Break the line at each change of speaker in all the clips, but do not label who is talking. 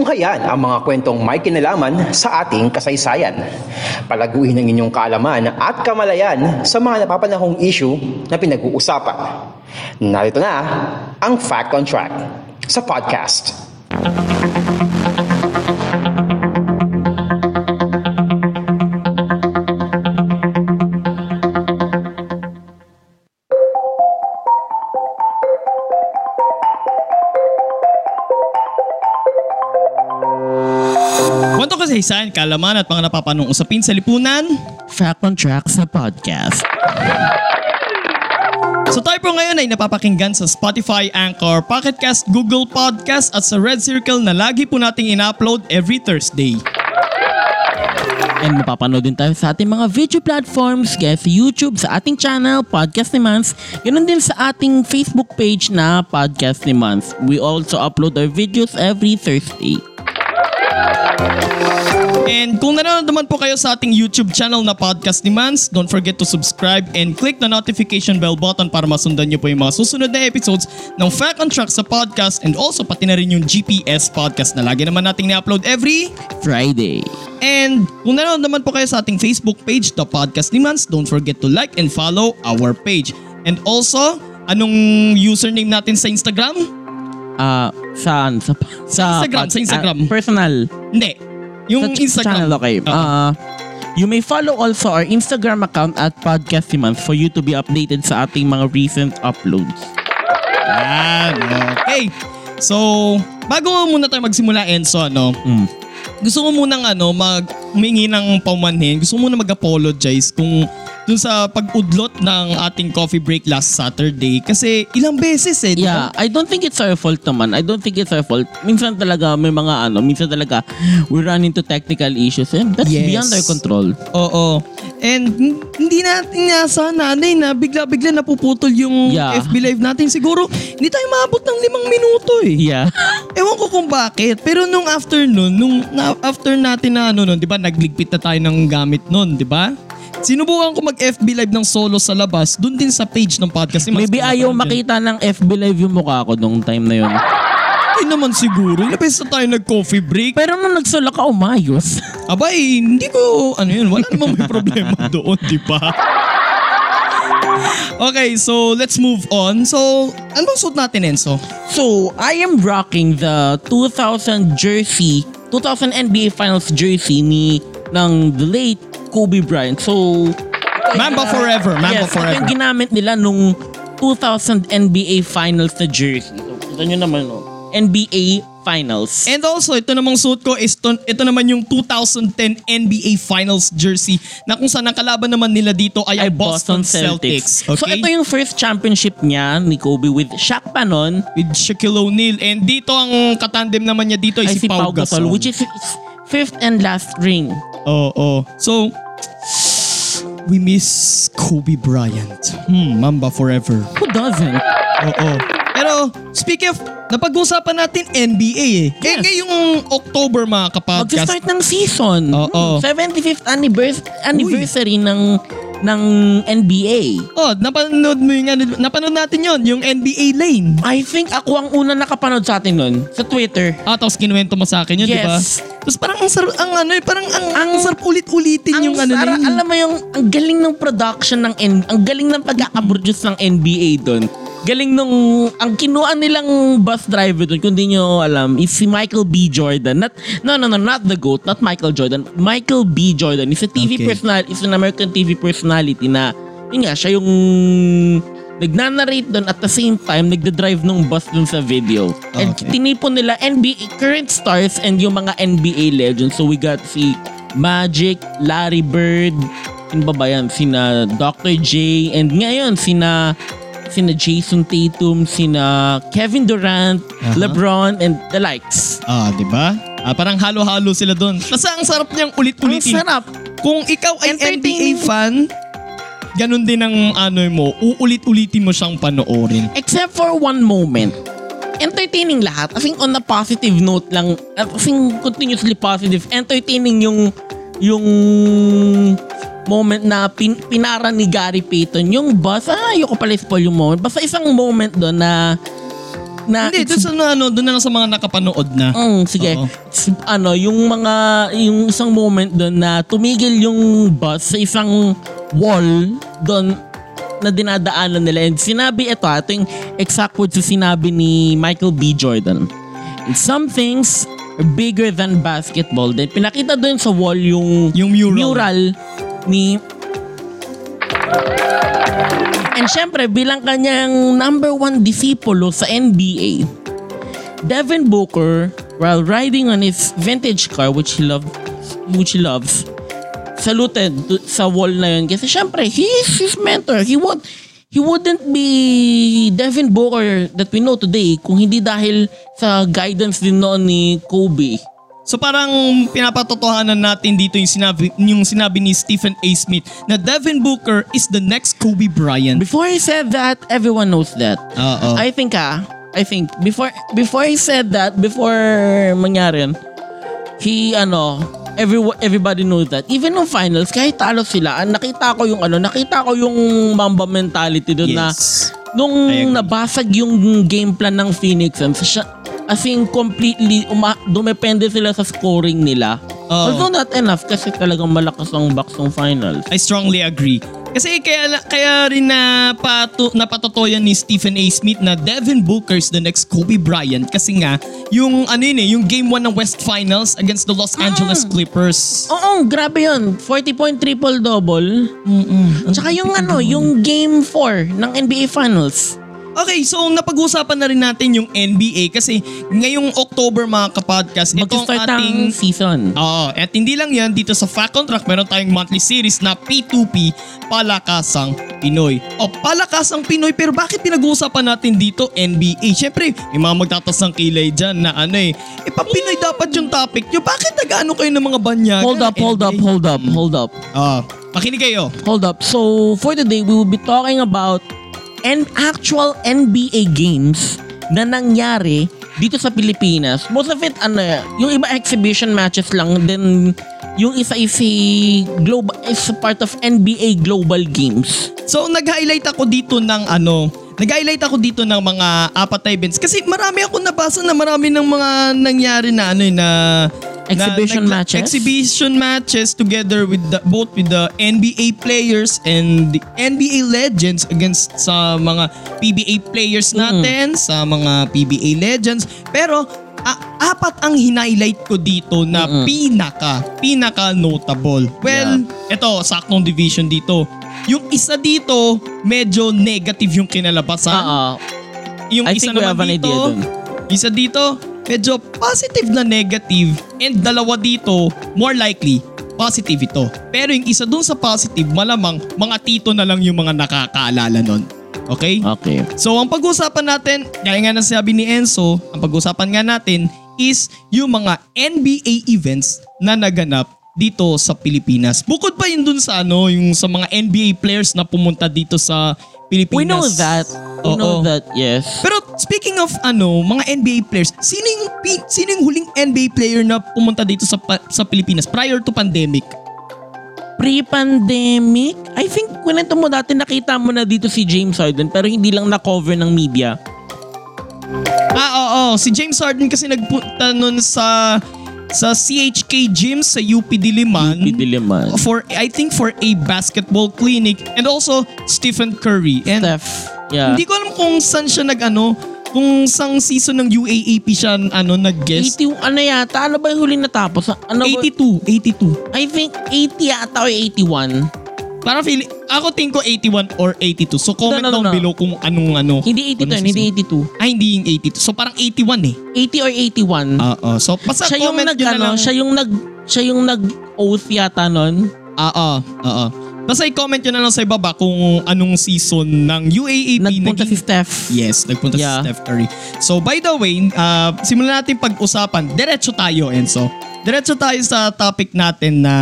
Tunghayan ang mga kwentong may kinalaman sa ating kasaysayan. Palaguin ang inyong kaalaman at kamalayan sa mga napapanahong issue na pinag-uusapan. Narito na ang Fact on Track sa podcast.
Kwento kasaysayan, kalaman at mga napapanong usapin sa lipunan.
Fact on Track sa podcast.
So tayo po ngayon ay napapakinggan sa Spotify, Anchor, Pocket Cast, Google Podcast at sa Red Circle na lagi po nating ina-upload every Thursday.
And mapapanood din tayo sa ating mga video platforms kaya sa YouTube, sa ating channel, Podcast ni Mans. Ganun din sa ating Facebook page na Podcast ni Mans. We also upload our videos every Thursday.
And kung nanonood naman po kayo sa ating YouTube channel na Podcast ni Mans, don't forget to subscribe and click the notification bell button para masundan niyo po yung mga susunod na episodes ng Fact on Track sa podcast and also pati na rin yung GPS podcast na lagi naman nating na-upload every
Friday.
And kung nanonood naman po kayo sa ating Facebook page, The Podcast ni Mans, don't forget to like and follow our page. And also, anong username natin sa Instagram?
Ah, saan? Sa, sa,
Instagram, sa Instagram.
ah, personal.
Hindi. Yung
Sa ch-
Instagram.
Channel, okay.
Oo.
Ah, you may follow also our Instagram account at Podcast ni Mans for you to be updated sa ating mga recent uploads.
Yan. Okay. So, bago muna tayo magsimula, Enzo, ano,
Mm.
gusto ko munang ano, mag humingi ng pamanhin. Gusto ko muna mag-apologize kung dun sa pag-udlot ng ating coffee break last Saturday. Kasi ilang beses eh. di ba?
Yeah, I don't think it's our fault naman. I don't think it's our fault. Minsan talaga may mga ano, minsan talaga we run into technical issues and that's
Yes.
beyond our control.
Oo. And n- hindi natin inaasahan nanay eh, na bigla-bigla napuputol yung
Yeah.
FB Live natin. Siguro, hindi tayo maabot ng limang minuto eh.
Yeah.
Ewan ko kung bakit. Pero nung afternoon, nung na, after natin na ano nun, di ba, nagligpit na tayo ng gamit nun, di ba? Sinubukan ko mag-FB Live ng solo sa labas, dun din sa page ng podcast. ni Mas
Maybe
Kumakain
ayaw
dyan.
makita ng FB live yung mukha ko nung time na yun.
Ay naman siguro. Labis na tayo nag-coffee break.
Pero nung nagsulak ka, umayos.
Aba eh, hindi ko, ano yun, wala namang may problema doon, di ba? Okay, so let's move on. So, ano bang suit natin, Enzo?
so, I am rocking the 2000 jersey, 2000 NBA Finals jersey ni ng the late Kobe Bryant. So,
Mamba forever, Mamba
Uh, yes, ito
forever.
yung ginamit nila nung 2000 NBA Finals na jersey. So, kita nyo naman, no? NBA Finals.
And also, ito namang suit ko is to, ito naman yung 2010 NBA Finals jersey na kung saan ang kalaban naman nila dito ay,
Ay,
ang Boston, Celtics. Okay?
So, ito yung first championship niya ni Kobe with Shaq pa nun
with Shaquille O'Neal. And dito ang katandem naman niya dito ay,
ay si Pau Gasol, which is his fifth and last ring.
Oo. Oh, So, we miss Kobe Bryant. Hmm, Mamba forever.
Who doesn't?
Oo. Pero, speaking of, napag-usapan natin NBA eh. Eh,
Yes.
ngayong October mga kapodcast.
Mag-start ng season.
Oo.
Hmm, 75th annivers- anniversary ng ng NBA.
Oh, napanood mo yung ano, napanood natin yon yung NBA lane.
I think ako ang una nakapanood sa atin nun sa Twitter.
Ah, tapos kinuwento mo sa akin yun, di ba?
Yes.
Tapos parang ang sarap, ang ano eh, parang ang, ang,
Ang-
sarap ulit-ulitin yung ano na
sara-
yun.
Alam mo yung ang galing ng production ng N- ang galing ng pagkakaproduce ng NBA doon. Galing nung ang kinuha nilang bus driver doon kung di nyo alam is si Michael B. Jordan. Not no no no not the goat, not Michael Jordan. Michael B. Jordan is a TV
Okay.
personal is an American TV personality na yun nga siya yung nagnanarrate doon at the same time nagda-drive nung bus doon sa video. And
Okay.
tinipon nila NBA current stars and yung mga NBA legends. So we got si Magic, Larry Bird, sino ba ba yan? Sina Dr. J, and ngayon sina sina Jason Tatum, sina Kevin Durant,
Aha.
LeBron, and the likes.
Ah, di ba? Ah, parang halo-halo sila doon. Tapos ang sarap niyang
Ang
ulit-ulitin.
sarap.
Kung ikaw ay
Entertaining.
NBA fan, ganun din ang ano mo, uulit-ulitin mo siyang panoorin.
Except for one moment. Entertaining lahat. I think on a positive note lang. I think continuously positive. Entertaining yung yung moment na pin, pinara ni Gary Payton. Yung bus, ah, ayoko pala spoil yung moment. Basta isang moment doon na na
Hindi, doon sa na- ano, doon na lang sa mga nakapanood na.
Mm, sige.
Oo.
S- Ano, yung mga, yung isang moment doon na tumigil yung bus sa isang wall doon na dinadaanan nila. And sinabi ito, ah, ito yung exact words na sinabi ni Michael B. Jordan. Some things are bigger than basketball. Then pinakita doon sa wall yung,
Yung mural.
ni And syempre, bilang kanyang number one disipulo sa NBA, Devin Booker, while riding on his vintage car, which he loved, which he loves, saluted do- sa wall na yun. Kasi syempre, he is his mentor. He would, he wouldn't be Devin Booker that we know today kung hindi dahil sa guidance din noon ni Kobe.
So parang pinapatotohanan natin dito yung sinabi, yung sinabi ni Stephen A. Smith na Devin Booker is the next Kobe Bryant.
Before he said that, everyone knows that.
Oo.
I think ah, I think before before he said that, before mangyari yun, he ano, every everybody knows that. Even no finals, kahit talo sila, ah, nakita ko yung ano, nakita ko yung Mamba mentality doon na
Yes.
nung
I agree.
nabasag yung game plan ng Phoenix Suns, siya, as in completely uma, dumepende sila sa scoring nila.
Oo.
Although not enough kasi talagang malakas ang box ng finals.
I strongly agree. Kasi kaya, kaya rin na pato, napatotoyan ni Stephen A. Smith na Devin Booker is the next Kobe Bryant kasi nga yung ano yun eh, yung game 1 ng West Finals against the Los
Ah.
Angeles Clippers.
Oo, grabe yun. 40 point triple double. Tsaka yung ano, yung game 4 ng NBA Finals.
Okay, so napag-usapan na rin natin yung NBA kasi ngayong October mga kapodcast, ito ang
Mag-start ang
ating
season.
Oo, at hindi lang yan, dito sa Fact Contract meron tayong monthly series na P2P, Palakasang Pinoy. O, Palakasang Pinoy, pero bakit pinag-uusapan natin dito NBA? Siyempre, may mga magtatas ng kilay dyan na ano eh, eh pag Pinoy dapat yung topic nyo, bakit nag-ano kayo ng mga banyaga?
Hold up, hold up, hold up, hold up.
Ah, makinig kayo.
Hold up. So, for today, we will be talking about an actual NBA games na nangyari dito sa Pilipinas. Most of it, ano, yung iba exhibition matches lang. Then, yung isa is a, global, is a part of NBA Global Games.
So nag-highlight ako dito ng ano, nag-highlight ako dito ng mga apat na events kasi marami ako nabasa na marami ng mga nangyari na ano eh, na
Exhibition
nagla-
matches?
Exhibition matches together with the, both with the NBA players and the NBA legends against sa mga PBA players
Hmm.
natin, sa mga PBA legends. Pero a- apat ang hinighlight ko dito na pinaka, pinaka notable. Well, eto, saktong division dito. Yung isa dito, medyo negative yung kinalabasan.
Oo.
Yung
Ah, I
isa
think we have
naman
an
dito,
idea dun.
isa dito, medyo positive na negative. And dalawa dito, more likely, positive ito. Pero yung isa dun sa positive, malamang mga tito na lang yung mga nakakaalala nun. Okay?
Okay.
So ang pag-uusapan natin, gaya nga ng sabi ni Enzo, ang pag-uusapan nga natin is yung mga NBA events na naganap dito sa Pilipinas. Bukod pa yun dun sa ano, yung sa mga NBA players na pumunta dito sa Pilipinas.
We know that.
Oo.
We know that, yes.
Pero speaking of ano, mga NBA players, sino yung, pi- sino yung huling NBA player na pumunta dito sa pa- sa Pilipinas prior to pandemic?
Pre-pandemic, I think kwento mo dati nakita mo na dito si James Harden pero hindi lang na-cover ng media.
Ah, oo, oo. Si James Harden kasi nagpunta nun sa sa CHK gym sa UP Diliman.
Hindi Diliman.
for I think for a basketball clinic and also Stephen Curry. And
Steph. Yeah.
hindi ko alam kung saan siya nag-ano, kung sang season ng UAAP siya ano nag-guest.
80, ano yata? Ano ba yung huli natapos? Ano ba?
82, 82.
I think 80 yata o 81.
Parang feeling, ako tingin ko 81 or 82. So comment
No, no, no,
down
no.
below kung anong ano.
Hindi 82
anong
yun, hindi
season.
82.
Ay, hindi yung 82. So parang 81 eh.
80 or 81.
Oo. So basta
siya yung
Ah. comment
nag,
yun na
ano,
lang.
siya yung nag, siya yung nag-oath yata nun.
Oo, oo. ah, Basta i-comment yun na lang sa ibaba kung anong season ng UAAP
Nagpunta
naging-
si Steph.
Yes, nagpunta
Yeah.
si Steph Curry. So by the way, uh, simulan natin pag-usapan. Diretso tayo, Enzo. Diretso tayo sa topic natin na,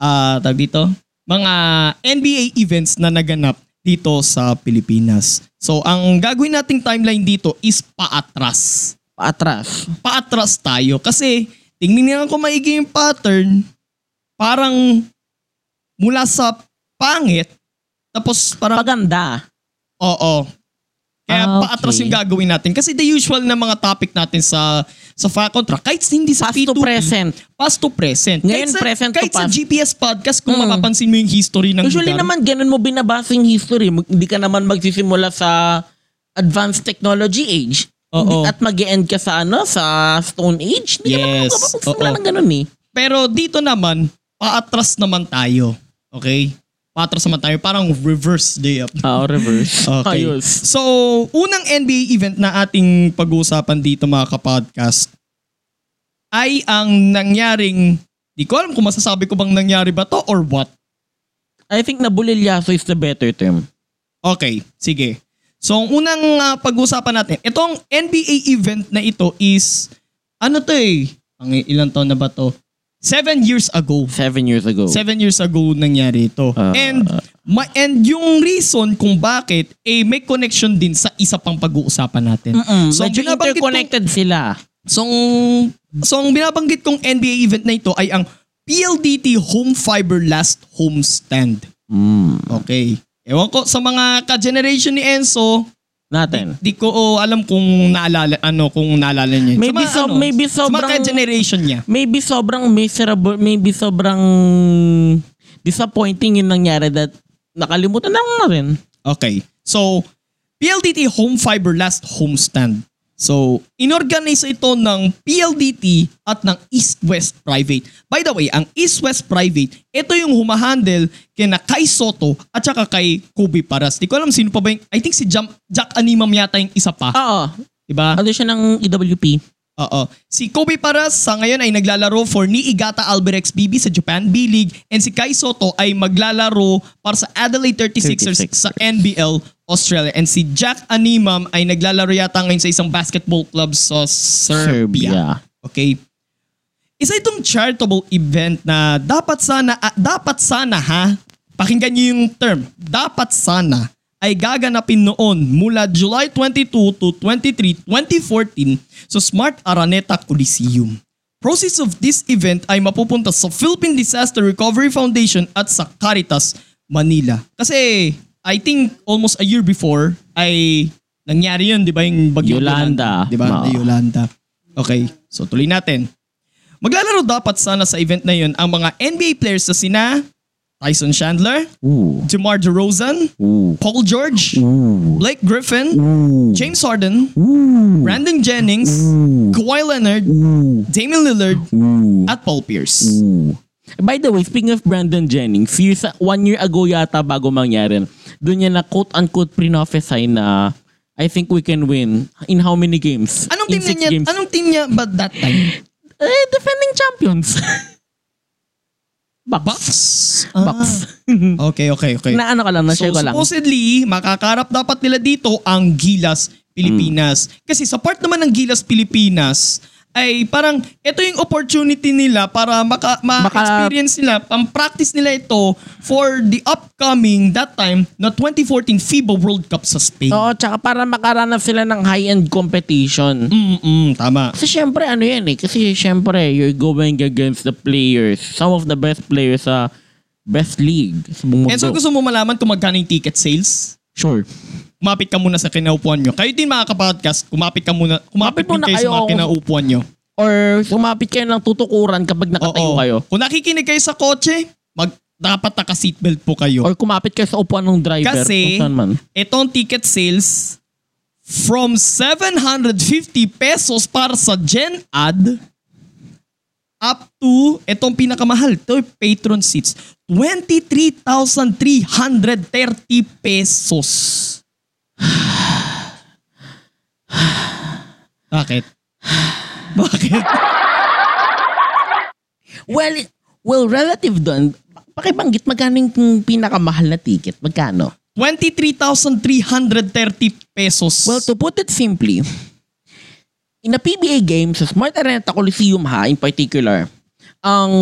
ah tag dito, mga NBA events na naganap dito sa Pilipinas. So ang gagawin nating timeline dito is paatras.
Atras.
Paatras tayo kasi tingnan ko maigi yung pattern. Parang mula sa pangit, tapos parang
Paganda.
Oo. Kaya
Ah, okay.
paatras yung gagawin natin. Kasi the usual na mga topic natin sa sa FA Contract, kahit hindi sa
Past
P2P,
to present.
Past to present.
Ngayon,
kahit sa,
present to
kahit sa
past. Mm.
GPS podcast, kung mapapansin mo yung history ng
Usually
lugar.
naman, ganun mo binabasa yung history. Mag- Hindi ka naman magsisimula sa advanced technology age.
Oo.
Hindi- At mag end ka sa ano, sa stone age. Hindi
Yes.
ka naman magsimula
Oo.
ng ganun eh.
Pero dito naman, paatras naman tayo. Okay? Paatras naman tayo. Parang reverse day up.
Oo, reverse.
Ah, Okay. So, unang NBA event na ating pag-uusapan dito mga kapodcast ay ang nangyaring, di ko alam kung masasabi ko bang nangyari ba to or what.
I think nabulilyaso is the better term.
Okay, sige. So, ang unang ah, pag-uusapan natin, itong NBA event na ito is, ano to eh? Ang ilan taon na ba to? Seven years ago.
Seven years ago.
Seven years ago nangyari ito.
Ah.
and ma- and yung reason kung bakit eh may connection din sa isa pang pag-uusapan natin.
Mm,
So,
medyo
binabanggit kong-
interconnected sila.
So, ang- so ang binabanggit kong NBA event na ito ay ang PLDT Home Fiber Last Home Stand. Hmm.
Mm.
Okay. Ewan ko, sa mga ka-generation ni Enzo,
Natin.
di ko oh, alam kung naalala, ano, kung naalala niya. yun. sa
Maybe
mga, ano,
so- maybe
sa mga
sobrang-
ka-generation niya.
Maybe sobrang miserable, maybe sobrang disappointing yung nangyari that nakalimutan na na rin.
Okay. So, PLDT Home Fiber Last Homestand. So, inorganize ito ng PLDT at ng East-West Private. By the way, ang East-West Private, ito yung humahandle kina Kai Soto at saka kay Kobe Paras. Di ko alam sino pa ba yung, I think si Jam, Jack Animam yata yung isa pa.
Oo.
Diba?
Ano siya ng EWP?
Oo. Si Kobe Paras sa ngayon ay naglalaro for ni Igata Albirex BB sa Japan B-League and si Kai Soto ay maglalaro para sa Adelaide 36ers
36ers.
sa NBL Australia and si Jack Animam ay naglalaro yata ngayon sa isang basketball club sa Serbia. Okay. Isa itong charitable event na dapat sana ah, dapat sana ha. Pakinggan niyo yung term. Dapat sana ay gaganapin noon mula July 22 to 23, 2014 sa Smart Araneta Coliseum. Proceeds of this event ay mapupunta sa Philippine Disaster Recovery Foundation at sa Caritas Manila. Kasi I think almost a year before ay nangyari yun, di ba? Yung bagyo
Yolanda.
Di ba?
Oo.
Yolanda. Okay, so tuloy natin. Maglalaro dapat sana sa event na yun ang mga NBA players na sina Tyson Chandler,
Ooh.
DeMar DeRozan,
Ooh.
Paul George,
Ooh.
Blake Griffin,
Ooh.
James Harden,
Ooh.
Brandon Jennings, Kawhi Leonard,
Ooh.
Damian Lillard,
Ooh.
at Paul Pierce.
Ooh. By the way, speaking of Brandon Jennings, years, one year ago yata bago mangyari, doon niya na quote-unquote pre-prophesy na I think we can win in how many games?
Anong team
in
na
six
niya?
games.
Anong team niya ba that time?
Eh, defending champions. Bucks.
Bucks.
Bucks.
Ah, okay, okay, okay.
na ano ka lang, na share ko lang.
supposedly, makakarap dapat nila dito ang Gilas Pilipinas.
Hmm.
Kasi sa part naman ng Gilas Pilipinas, ay parang ito yung opportunity nila para maka, ma-experience nila, pang-practice nila ito for the upcoming, that time, na 2014 FIBA World Cup sa Spain.
Oo, tsaka para makaranap sila ng high-end competition.
Mm-mm, tama.
Kasi syempre, ano yan eh. Kasi syempre, you're going against the players. Some of the best players sa best league sa buong mundo.
And so gusto mo malaman kung magkano yung ticket sales?
Sure.
kumapit ka muna sa kinaupuan nyo. Kayo din mga kapodcast, kumapit ka muna, kumapit
Kumapit
din
muna
kayo sa
kayo.
mga kinaupuan nyo.
Or sumapit kayo ng tutukuran kapag nakatayo kayo.
Kung nakikinig kayo sa kotse, mag, dapat naka-seatbelt po kayo.
Or kumapit kayo sa upuan ng driver.
Kasi,
kung saan man.
itong ticket sales, from 750 pesos para sa Gen Ad, up to, itong pinakamahal, ito yung patron seats, 23,330 pesos. Bakit? Bakit?
Well, well relative doon, pakibanggit magkano yung pinakamahal na ticket? Magkano?
23,330 pesos.
Well, to put it simply, in a PBA game, sa Smart Arena at Coliseum ha, in particular, ang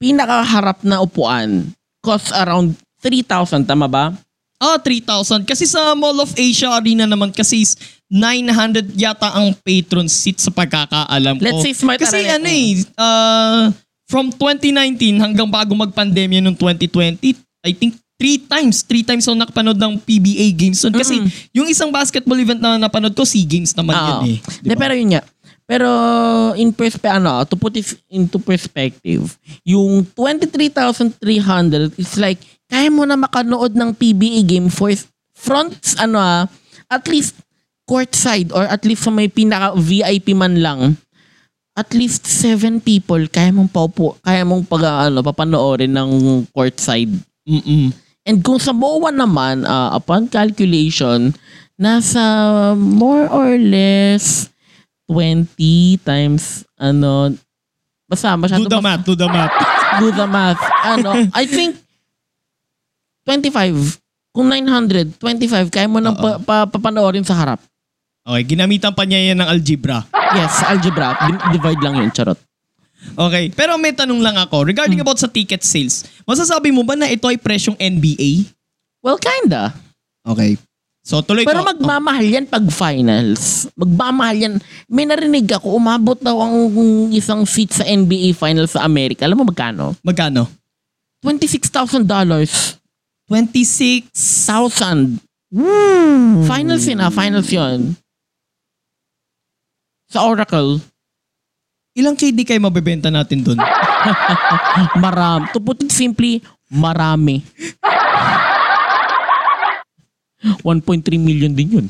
pinakaharap na upuan costs around 3,000, tama ba?
Ah, 3,000. Kasi sa Mall of Asia Arena naman kasi is 900 yata ang patron seat sa pagkakaalam ko.
Let's say smart
Kasi
arena.
ano eh, uh, from 2019 hanggang bago magpandemya nung 2020, I think three times. Three times ako nakapanood ng PBA games nun. Kasi yung isang basketball event na napanood ko, SEA Games naman
Oo.
yun eh.
De, pero yun nga. Pero in perspe ano, to put it into perspective, yung 23,300 is like kaya mo na makanood ng PBA game for fronts ano ah, at least courtside or at least sa may pinaka VIP man lang at least seven people kaya mong paupo, kaya mong pag ano, papanoorin ng courtside.
Mm-mm.
And kung sa MOA naman, ah, upon calculation, nasa more or less 20 times ano, basta
Do
masyado
the
bas-
math, do the math.
do the math. ano, I think 25. Kung 900, 25, kaya mo nang pa, pa- papanoorin sa harap.
Okay, ginamitan pa niya yan ng algebra.
Yes, algebra. Di- Divide lang yun, charot.
Okay, pero may tanong lang ako regarding about sa ticket sales. Masasabi mo ba na ito ay presyong NBA?
Well, kinda.
Okay. So tuloy ko.
Pero
Oh,
magmamahal yan pag finals. Magmamahal yan. May narinig ako, umabot daw ang isang seat sa NBA finals sa Amerika. Alam mo magkano?
Magkano?
$26,000.
26.
Thousand. Finals yun ah, finals yun. Sa Oracle,
Ilang KD kayo mabebenta natin dun?
maram. To put it simply, marami. 1.3 million din yun.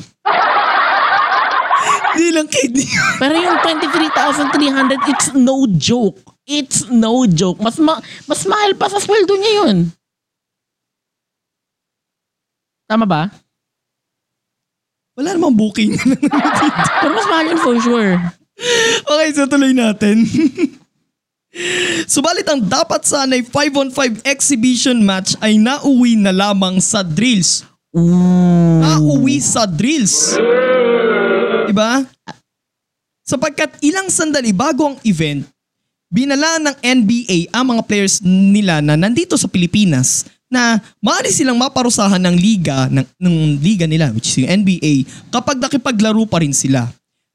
Ilang KD?
Pero yung 23,300, it's no joke. It's no joke. Mas ma- mas mahal pa sa sweldo niya yun. Tama ba?
Wala namang booking.
Pero mas mahal yun for sure.
okay, so tuloy natin. Subalit ang dapat sana'y 5-on-5 exhibition match ay nauwi na lamang sa drills. Nauwi sa drills. Diba? Sapagkat ilang sandali bago ang event, binala ng NBA ang mga players nila na nandito sa Pilipinas na maaari silang maparusahan ng liga ng, ng liga nila which is yung NBA kapag nakipaglaro pa rin sila.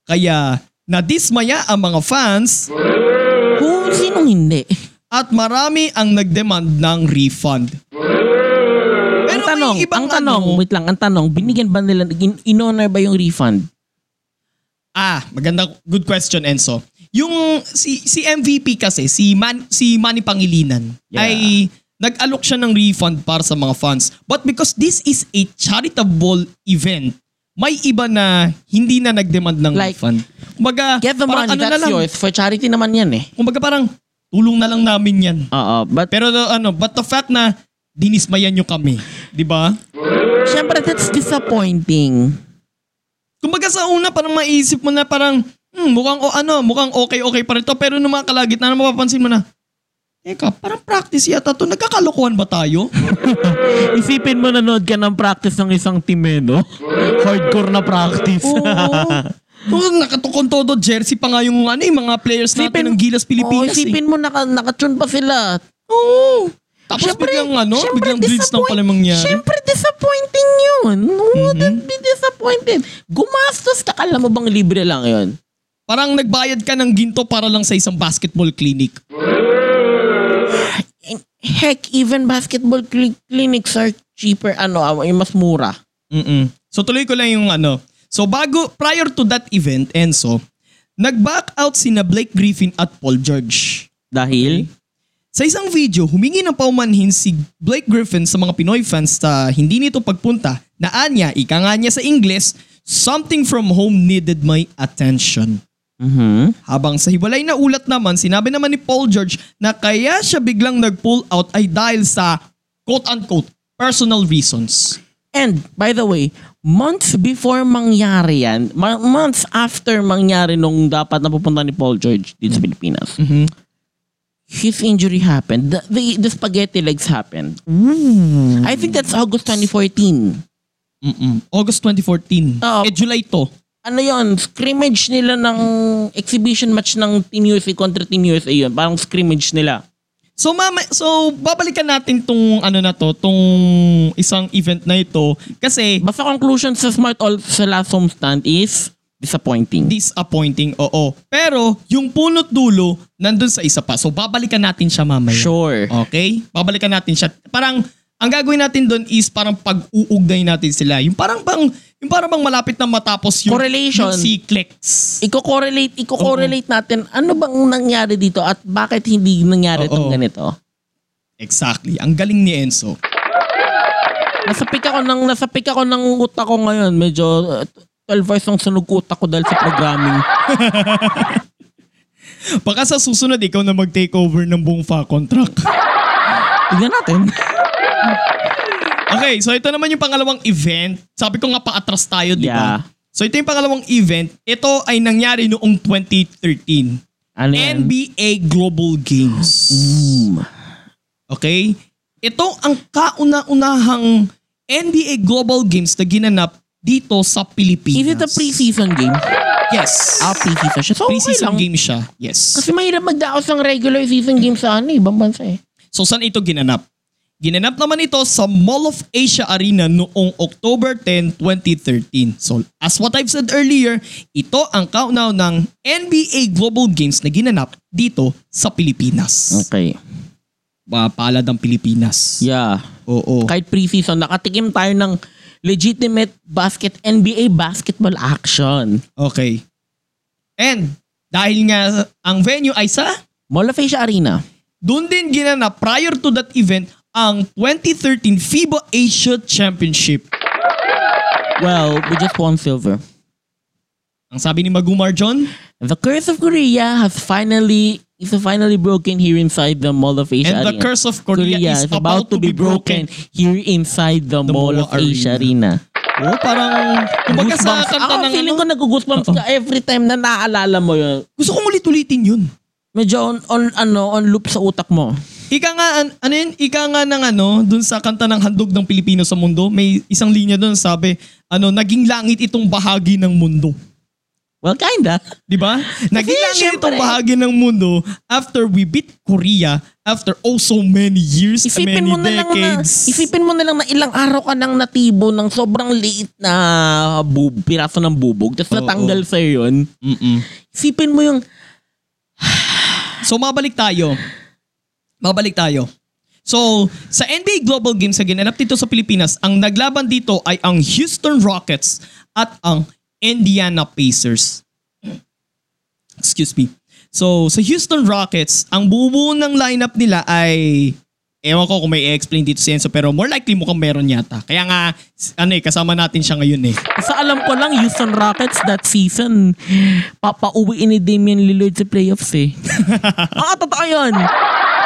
Kaya nadismaya ang mga fans
Kung sinong hindi.
at marami ang nagdemand ng refund. Pero
ang tanong,
may ibang
ang tanong,
ano-
wait lang, ang tanong, binigyan ba nila, in, in-honor ba yung refund?
Ah, maganda good question Enzo. Yung si si MVP kasi si Man, si Manny Pangilinan
Yeah.
ay nag-alok siya ng refund para sa mga fans. But because this is a charitable event, may iba na hindi na nagdemand ng
Like,
refund. Kumbaga,
Get the
parang
money,
ano na
that's
lang.
yours. For charity naman yan eh.
Kumbaga parang tulong na lang namin 'yan.
Oo, but
Pero uh, ano, but the fact na dinismayan nyo kami, 'di ba?
syempre that's disappointing.
Kumbaga sa una parang maiisip mo na parang hmm, mukhang o ano, mukhang okay okay pa rin to pero nung mga kalagitnaan mapapansin mo na Teka, parang practice yata to. Nagkakalokohan ba tayo?
Isipin mo nanood ka ng practice ng isang team eh, no? Hardcore na practice.
Oo. Oo, nakatukon todo jersey pa nga yung ano, yung mga players natin ng Gilas Pilipinas.
Oo, isipin mo, naka, nakatune pa
eh.
sila.
Oo. Tapos
Syempre-
biglang ano,
syempre
biglang drills na
disappoint-
pala mangyari.
Syempre disappointing yun. No, don't be disappointed. Gumastos ka, alam mo bang libre lang yun?
Parang nagbayad ka ng ginto para lang sa isang basketball clinic.
Eh, Heck, even basketball cli- clinics are cheaper, ano, ah, yung mas mura.
mm So tuloy ko lang yung ano. So bago, prior to that event, Enzo, nag-back out sina Blake Griffin at Paul George.
Dahil?
Sa isang video, humingi ng paumanhin si Blake Griffin sa mga Pinoy fans sa hindi nito pagpunta na anya, ika nga niya sa Ingles, something from home needed my attention.
Mhm.
Habang sa hiwalay na ulat naman, sinabi naman ni Paul George na kaya siya biglang nag-pull out ay dahil sa quote-unquote personal reasons.
And by the way, months before mangyari yan, ma- months after mangyari nung dapat napupunta ni Paul George dito sa Pilipinas, his injury happened. The, the, the spaghetti legs happened. I think that's August 2014.
Mm-mm. August 2014.
Oo.
Eh, July to.
Ano yon scrimmage nila ng exhibition match ng Team USA contra Team USA yun. Parang scrimmage nila.
So mama, so babalikan natin tong ano na to, tong isang event na ito kasi
Basta conclusion sa Smart All sa last homestand is disappointing.
disappointing, oo. Pero yung punot dulo nandun sa isa pa. So babalikan natin siya mamaya.
Sure.
Okay? Babalikan natin siya. Parang Ang gagawin natin doon is parang pag-uugnay natin sila. Yung parang bang yung parang bang malapit na matapos yung, yung
Correlation.
si Clex.
Iko-correlate, iko-correlate natin ano bang nangyari dito at bakit hindi
Oo.
nangyari itong ganito.
Exactly. Ang galing ni Enzo.
Nasa pick ako ng nasa pick ako ng utak ko ngayon. Medyo uh, 12 hours ang sunog ko utak ko dahil sa programming.
Baka sa susunod, ikaw na mag-take over ng buong fa contract.
Tignan natin.
Okay, so ito naman yung pangalawang event. Sabi ko nga paatras tayo, di
Yeah.
ba? So ito yung pangalawang event. Ito ay nangyari noong 2013.
Ano yan?
NBA Global Games.
Mm.
Okay? Ito ang kauna-unahang NBA Global Games na ginanap dito sa Pilipinas.
Is it a preseason game?
Yes.
Ah, preseason siya. So, okay
Pre-season
lang.
game siya. Yes.
Kasi mahirap magdaos ng regular season game sa ano, ibang bansa eh.
So saan ito ginanap? Ginanap naman ito sa Mall of Asia Arena noong October 10, 2013. So as what I've said earlier, ito ang kaunaw ng NBA Global Games na ginanap dito sa Pilipinas.
Okay.
Ba, palad ang Pilipinas.
Yeah.
Oo.
Kahit preseason, nakatikim tayo ng legitimate basket, NBA basketball action.
Okay. And dahil nga ang venue ay sa
Mall of Asia Arena.
doon din ginanap prior to that event ang 2013 FIBA Asia Championship.
Well, we just won silver.
Ang sabi ni Magumar John,
The curse of Korea has finally is finally broken here inside the Mall of Asia
And
Arena.
the curse of Korea is about to be broken
here inside the, Mall
Mall
of Asia Arena.
Oh, parang kumbaga sa
Goosebumps.
kanta
Ako,
ng
feeling
ano,
ko nag-goosebumps ka every time na naaalala mo yun.
gusto kong ulit-ulitin yun.
Medyo on, on, ano, on loop sa utak mo.
Ika nga, an, ano yun? Ika nga ng ano, dun sa kanta ng handog ng Pilipino sa mundo, may isang linya dun sabi, ano, naging langit itong bahagi ng mundo.
Well, kinda.
Di ba? Naging langit
syempre.
itong bahagi ng mundo after we beat Korea after oh so many years,
Isipin
many
mo na lang na,
decades.
isipin mo na lang na ilang araw ka nang natibo ng sobrang liit na bub, piraso ng bubog. Tapos natanggal sa'yo yun.
Mm-mm.
Isipin mo yung,
So mabalik tayo. Mabalik tayo. So, sa NBA Global Games na ginanap dito sa Pilipinas, ang naglaban dito ay ang Houston Rockets at ang Indiana Pacers. Excuse me. So, sa Houston Rockets, ang bubuo ng lineup nila ay Ewan ko kung may i-explain dito si Enzo pero more likely mukhang meron yata. Kaya nga, s- ano eh, kasama natin siya ngayon eh.
sa alam ko lang, Houston Rockets that season, papauwiin ni Damian Lillard sa playoffs eh. Oo, totoo yun.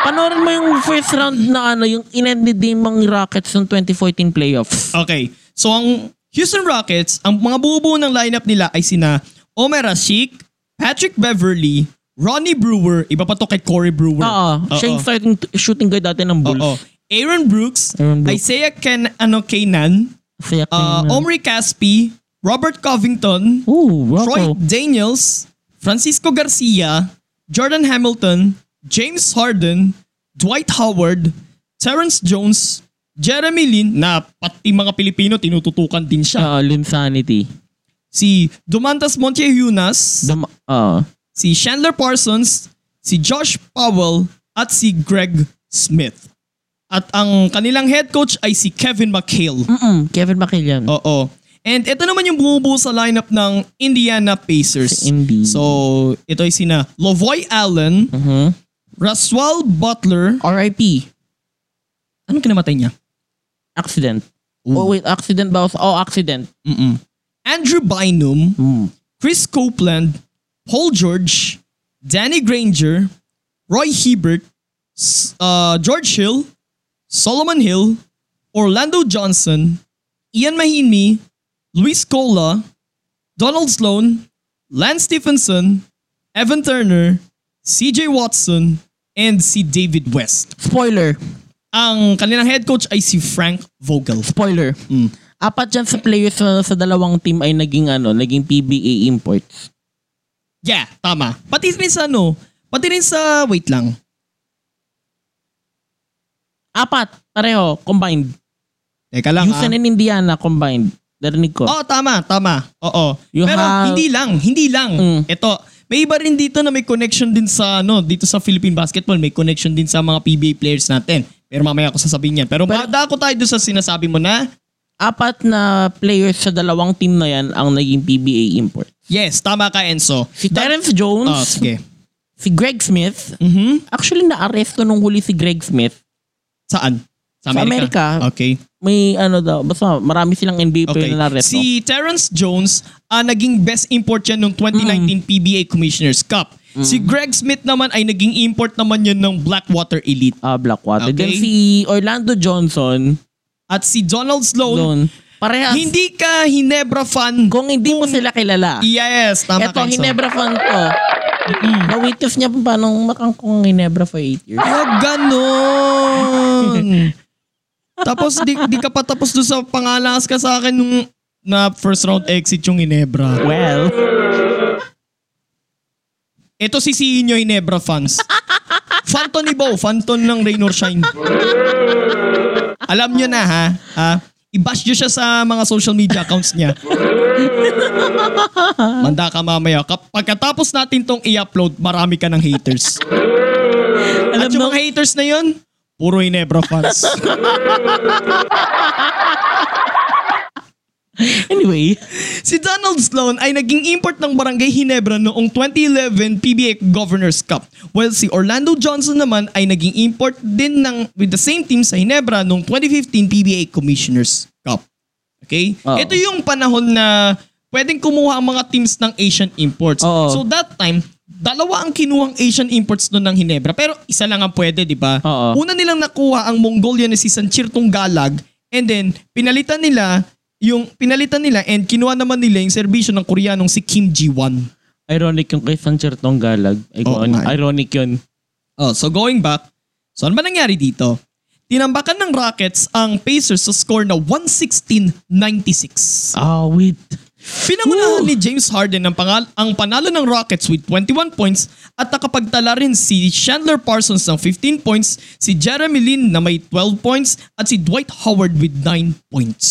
Panoorin mo yung first round na ano, yung inend ni Damian Rockets ng 2014 playoffs.
Okay. So ang Houston Rockets, ang mga bubuo ng lineup nila ay sina Omer Asik, Patrick Beverly, Ronnie Brewer, iba pa to kay Corey Brewer.
Oo. Ah, Siya
Oo.
yung starting t- shooting guard dati ng Bulls.
Oo. Aaron Brooks,
Aaron Brooks.
Isaiah Ken ano Kanan,
Siya
uh,
yung-
Omri Caspi, Robert Covington,
ah. Ooh,
Troy
Rocco.
Daniels, Francisco Garcia, Jordan Hamilton, James Harden, Dwight Howard, Terrence Jones, Jeremy Lin na pati mga Pilipino tinututukan din siya.
Uh, Linsanity.
si Dumantas Montehunas,
Dam- ah.
si Chandler Parsons, si Josh Powell, at si Greg Smith. At ang kanilang head coach ay si Kevin McHale.
Mm-mm, Kevin McKillian.
Oo. And ito naman yung bumubuo sa lineup ng Indiana Pacers.
Si Indy.
Oh, So, ito ay sina Lovoy Allen, Raswell Butler.
RIP.
Anong kinamatay niya?
Accident. Oh, wait. Accident ba? Oh, accident.
Mm-mm. Andrew Bynum, Chris Copeland, Paul George, Danny Granger, Roy Hebert, S- uh, George Hill, Solomon Hill, Orlando Johnson, Ian Mahinmi, Luis Cola, Donald Sloan, Lance Stephenson, Evan Turner, CJ Watson, and si David West.
Spoiler.
Ang kanilang head coach ay si Frank Vogel.
Spoiler.
Mm.
Apat dyan sa players na sa dalawang team ay naging ano, naging PBA imports.
Yeah, tama. Pati rin sa ano, pati rin sa, wait lang,
Apat. Pareho. Combined.
Teka lang
Houston and Indiana combined. Narinig ko.
ah. Oo, tama, tama. Oo.
You
Pero
have-
hindi lang, hindi lang.
Mm.
Ito, may iba rin dito na may connection din sa ano, dito sa Philippine basketball, may connection din sa mga PBA players natin. Pero mamaya ako sasabihin yan. Pero,
Pero-
madako tayo doon sa sinasabi mo na,
Apat na players sa dalawang team na yan ang naging PBA import.
yes, tama ka Enzo.
Si
Da-
Terrence Jones,
Ah, sige.
si Greg Smith.
Mhm.
Actually, na-arresto nung huli si Greg Smith.
Saan? Sa
Sa Amerika.
Okay.
May ano daw, basta marami silang NBA
Okay.
player na na-arresto.
Si Terrence Jones, ah, naging best import yan noong 2019
Mm-hmm.
PBA Commissioner's Cup. Si
Mm.
Greg Smith naman ay naging import naman yun ng Blackwater Elite.
Ah, Blackwater.
Okay.
Then si Orlando Johnson,
At si Donald Sloan,
doon. Parehas.
hindi ka Hinebra fan.
kung hindi mo sila kilala.
Yes, tama
Eto,
ka. Enzo.
Hinebra fan to. Na-witness niya pa paano makangkong ang Hinebra for 8 years.
Huwag ganon. Tapos di, di ka pa tapos doon sa pangalas ka sa akin nung na first round exit yung Inebra.
Well,
Ito si Sinyo Inebra fans. Phantom ni Bo, Phantom ng Rain or Shine. Alam nyo na ha, ha? I-bash nyo siya sa mga social media accounts niya. Manda ka mamaya. Kap- Pagkatapos natin tong i-upload, marami ka ng haters. At
alam
yung
mo,
mga haters na yun, puro Inebra fans.
anyway,
Si Donald Sloan ay naging import ng Barangay Hinebra noong 2011 PBA Governors Cup, while si Orlando Johnson naman ay naging import din ng with the same team sa Hinebra noong 2015 PBA Commissioners Cup. Okay?
Oo.
Ito yung panahon na pwedeng kumuha ang mga teams ng Asian imports.
Oo.
So that time, dalawa ang kinuhang Asian imports noon ng Hinebra. Pero isa lang ang pwede, di ba?
Oo.
Una nilang nakuha ang Mongolia na si Sanchir Tunggalag and then pinalitan nila yung pinalitan nila and kinuha naman nila yung serbisyo ng Koreanong si Kim Ji-won.
ironic yung kay Sancher tong galag.
Oo, eh.
Iconic,
man.
ironic yun.
Oh, so going back, so ano ba nangyari dito? Tinambakan ng Rockets ang Pacers sa score na 116-96.
Ah, wait.
Pinangunahan ni James Harden ang, pangal- ang panalo ng Rockets with 21 points at nakapagtala rin si Chandler Parsons ng 15 points, si Jeremy Lin na may 12 points at si Dwight Howard with 9 points.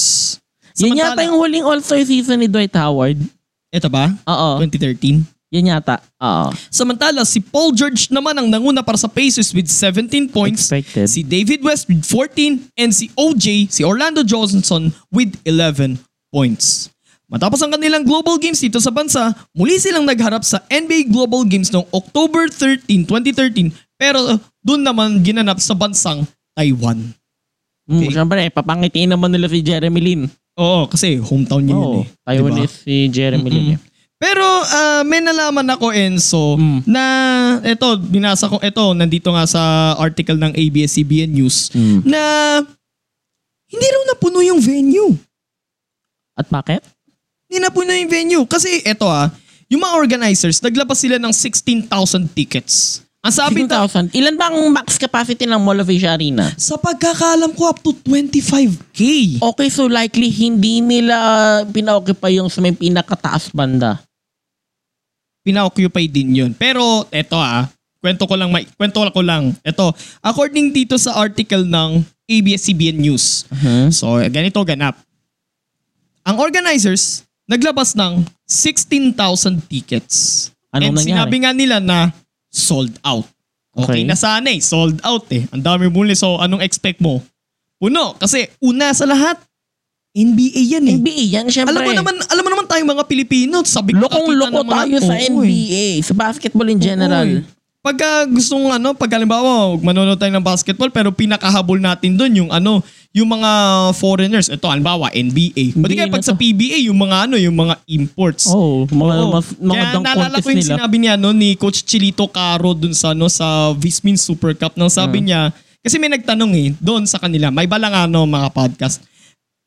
Yan yata yung huling all-star season ni Dwight Howard.
Ito ba?
Oo.
2013?
Yan yata. Oo.
Samantala, si Paul George naman ang nanguna para sa Pacers with 17 points.
Expected.
Si David West with 14 and si OJ, si Orlando Johnson with 11 points. Matapos ang kanilang global games dito sa bansa, muli silang nagharap sa NBA Global Games noong October 13, 2013 pero doon naman ginanap sa bansang Taiwan.
Mm, Siyempre, papangitiin naman nila si Jeremy Lin.
Oo, kasi hometown niya yun
Oo.
eh.
Taiwan
Diba?
is si Jeremy Lin. eh.
Pero ah, may nalaman ako Enzo
Mm.
na eto binasa ko eto nandito nga sa article ng ABS-CBN News
Mm.
na hindi raw napuno yung venue.
At bakit?
Hindi napuno yung venue kasi eto ah yung mga organizers naglabas sila ng 16,000 tickets. Ang sabi na
15,000. Ilan ba ang max capacity ng Mall of Asia Arena?
sa pagkakalam ko up to 25k.
Okay, so likely hindi nila pina-occupy yung sa may pinakataas banda.
pina-occupy din yun. Pero eto ah, kwento ko lang, may, kwento ko lang. Eto, according dito sa article ng ABS-CBN News.
Uh-huh.
So, ganito ganap. Ang organizers, naglabas ng 16,000 tickets. And
Anong nangyari?
sinabi nga nila na sold out. Okay,
Okay.
na sana eh. Sold out eh. Ang dami muli. So, anong expect mo? Puno. Kasi una sa lahat, NBA yan eh.
NBA yan, syempre.
Alam mo naman, alam mo naman tayong mga Pilipino, sabi nakita
Lokong-loko
ng mga-
tayo sa
Oo, eh.
NBA, sa basketball in general.
Oo, eh. Pagka gusto ng ano, pag halimbawa manonood tayo ng basketball pero pinakahabol natin doon yung ano, yung mga foreigners. Ito halimbawa NBA. Pwede
Hindi
kaya pag
na
sa
to.
PBA yung mga ano, yung mga imports.
Oo, mga,
Oo.
mga, mga
Kaya
dunk
naalala
contest
ko yung
nila.
sinabi niya no, ni Coach Chilito Caro dun sa, no, sa Vismin Super Cup. Nang sabi
Mm.
niya, kasi may nagtanong eh, doon sa kanila, may balangano mga podcast.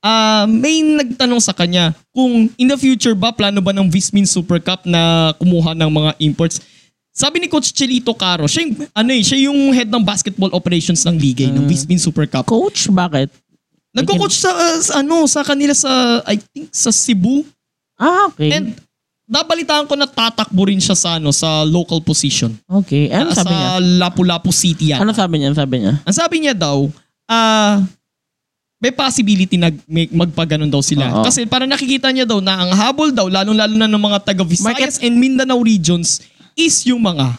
Ah, may nagtanong sa kanya kung in the future ba plano ba ng Vismin Super Cup na kumuha ng mga imports. Sabi ni Coach Chilito Caro, siya yung, ano eh, siya yung head ng basketball operations ng liga eh, ng Vismin Super Cup.
Mm. Coach, bakit?
Nagko-coach sa, uh, sa ano sa kanila sa I think sa Cebu
Ah, okay.
And nabalitaan ko na tatakbo rin siya sa ano sa local position.
okay, ano
sa
sabi niya?
Lapu-Lapu City yan.
Ano sabi niya? Ano sabi niya?
Ang sabi niya daw, ah may possibility na may- magpaganon daw sila.
Oo.
Kasi para nakikita niya daw na ang habol daw, lalong-lalo na ng mga taga Visayas and Mindanao regions, is yung mga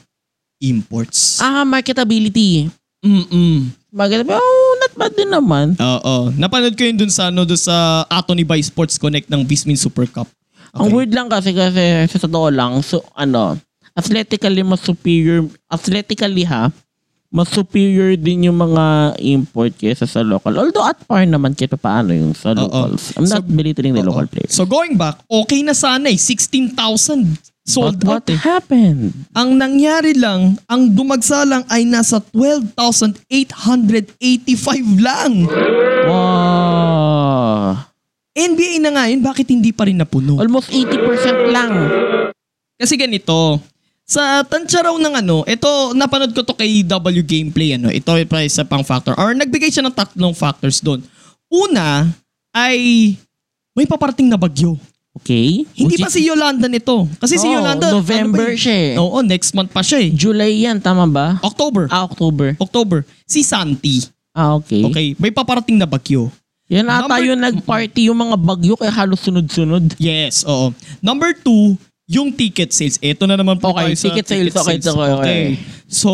imports.
Ah, marketability.
Mm-mm.
Marketability. Oh, bad din naman.
Oo. Napanood ko yun dun sa, ano, dun sa ato ni Vice Sports Connect ng Bismin Super Cup.
Ang weird lang kasi kasi sa totoo lang, so ano, athletically mas superior, athletically ha, mas superior din yung mga import kaysa sa local. Although at par naman kahit pa paano yung sa
Oo.
locals. I'm
So-
not belittling the local players.
So going back, okay na sana eh. 16,000 sold
But what
out eh.
happened?
Ang nangyari lang, ang dumagsa lang ay nasa 12,885 lang.
Wow.
NBA na nga yun, bakit hindi pa rin napuno?
Almost 80% lang.
Kasi ganito, sa tansya raw ng ano, ito napanood ko to kay W Gameplay ano, ito ay pa isa pang factor or nagbigay siya ng tatlong factors doon. Una ay may paparating na bagyo.
Okay?
Hindi pa
Which is-
si Yolanda nito. Kasi si
Oo,
Yolanda ano
Oh, November
ba yun?
siya eh.
Oo, next month pa siya eh.
July yan, tama ba?
October.
Ah, October.
October. Si Santi.
Ah, okay.
Okay, may paparating na bagyo.
Yan ata
Number-
yung nag-party yung mga bagyo kaya halos sunod-sunod.
Yes, oo. Number two, yung ticket sales. Ito na naman po tayo
Okay,
sa
ticket sales. Okay, okay, okay.
So,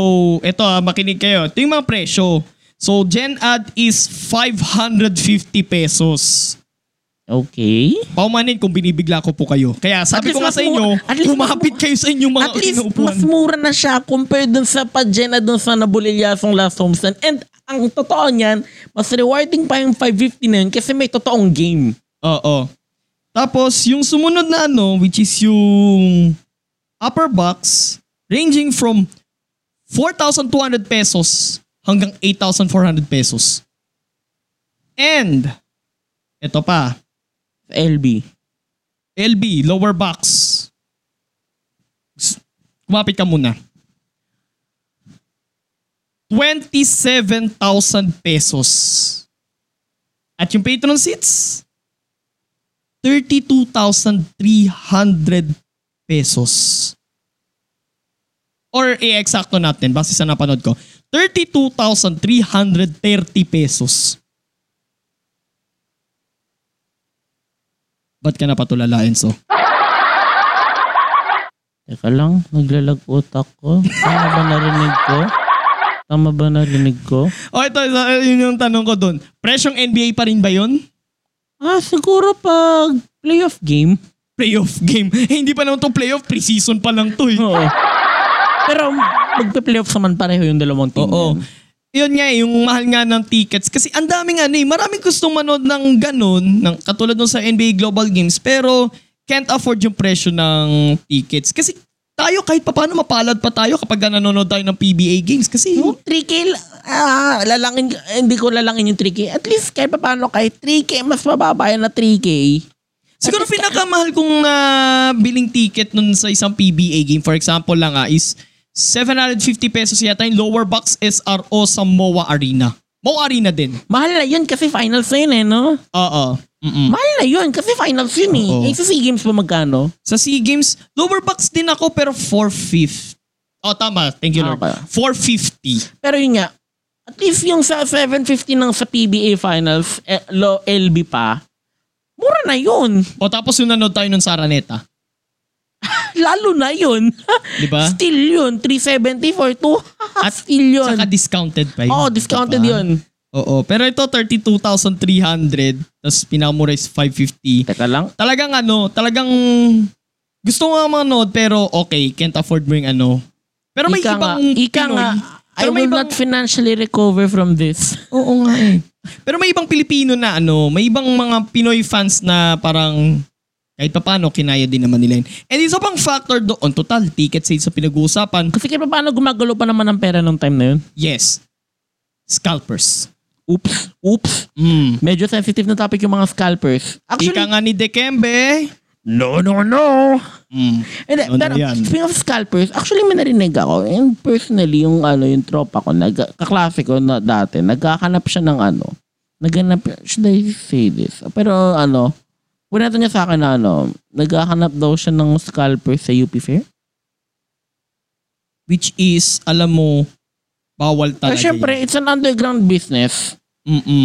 ito ah, makinig kayo. Ito yung mga presyo. So, Gen Ad is 550 pesos.
Okay.
Paumanin kung binibigla ko po kayo. Kaya sabi
At
ko
least
nga sa
mas
inyo,
mura- at least mas
kumapit
mura-
kayo sa inyong mga
At least,
inuupuan.
mas mura na siya compared dun sa Pagena dun sa Nabulilyasong last homestand. And ang totoo niyan, mas rewarding pa yung 550 na yun kasi may totoong game.
Oo. Tapos, yung sumunod na ano, which is yung upper box, ranging from 4,200 pesos hanggang 8,400 pesos. And, ito pa,
LB.
LB, lower box. S- Kumapit ka muna. 27,000 pesos. At yung patron seats, 32,300 pesos. Or i-exacto natin, base sa napanood ko, 32,330 pesos. Ba't ka napatulala, Enzo?
Teka lang, naglalag utak ko. Tama ba narinig ko? Tama ba narinig ko?
O Oh, ito, ito, yun yung tanong ko doon. Presyong NBA pa rin ba yun?
Ah, siguro pag playoff game.
Playoff game. Eh, hindi pa naman to playoff. Preseason pa lang to eh.
Oo. Pero magpe-playoff naman pareho yung dalawang team.
Oo.
yan.
Yun nga eh, yung mahal nga ng tickets. Kasi ang daming ano eh, maraming gustong manood ng ganun, ng, katulad nung sa NBA Global Games, pero can't afford yung presyo ng tickets. Kasi tayo kahit papaano mapalad pa tayo kapag nanonood tayo ng PBA games. Kasi
Yung 3K, l- ah, lalangin, eh, hindi ko lalangin yung 3K. At least kahit pa paano kahit 3K, mas mababa yun na 3K.
Siguro pinakamahal kong na billing ticket nun sa isang PBA game, for example lang ah, is 750 pesos yata yung lower box SRO sa MOA Arena. MOA Arena din.
Mahal na yun kasi finals na yun eh, no?
Oo. Mm-mm.
Mahal na yun kasi finals yun eh.
Oo.
Eh, sa SEA Games pa magkano?
Sa SEA Games, lower box din ako pero 450. Oh, tama. Thank you, Lord.
Okay.
450.
Pero yun nga, at least yung sa 750 ng sa PBA finals, eh, low LB pa, mura na yun.
O Oh, tapos yung nanood tayo nun sa Araneta.
Lalo na yun.
Di ba?
Still yun. 370 for 2.
At
Still yun.
Saka discounted pa yun.
Oo, discounted
Diba?
yun.
Oo. Pero ito, 32,300. Tapos pinakamura is 550.
Teka lang.
talagang ano, talagang gusto mo manood pero okay, can't afford mo yung ano. Pero may
Ika nga,
ibang
ika
Pinoy.
nga, I
pero may
will
ibang,
not financially recover from this.
oo nga eh. Pero may ibang Pilipino na ano, may ibang mga Pinoy fans na parang kahit pa paano, kinaya din naman nila yun. And isa pang factor doon, total, ticket sales sa pinag-uusapan,
Kasi kaya paano gumagalo pa naman ang pera nung time na yun?
yes, scalpers.
Oops. Oops.
Mm.
Medyo sensitive na topic yung mga scalpers. Actually,
Ika nga ni Dekembe.
no, no, no.
Mm.
And,
Ano
pero,
na yan?
speaking of scalpers, actually may narinig ako. And personally, yung, ano, yung tropa ko, nag, kaklase ko na dati, nagkakanap siya ng ano. Naghanap, should I say this? Pero ano, Pinato niya sa akin na ano, naghahanap daw siya ng scalper sa UP Fair.
Which is, alam mo, bawal talaga.
Kasi Ah, syempre, Eh, it's an underground business.
yun. Mm-mm.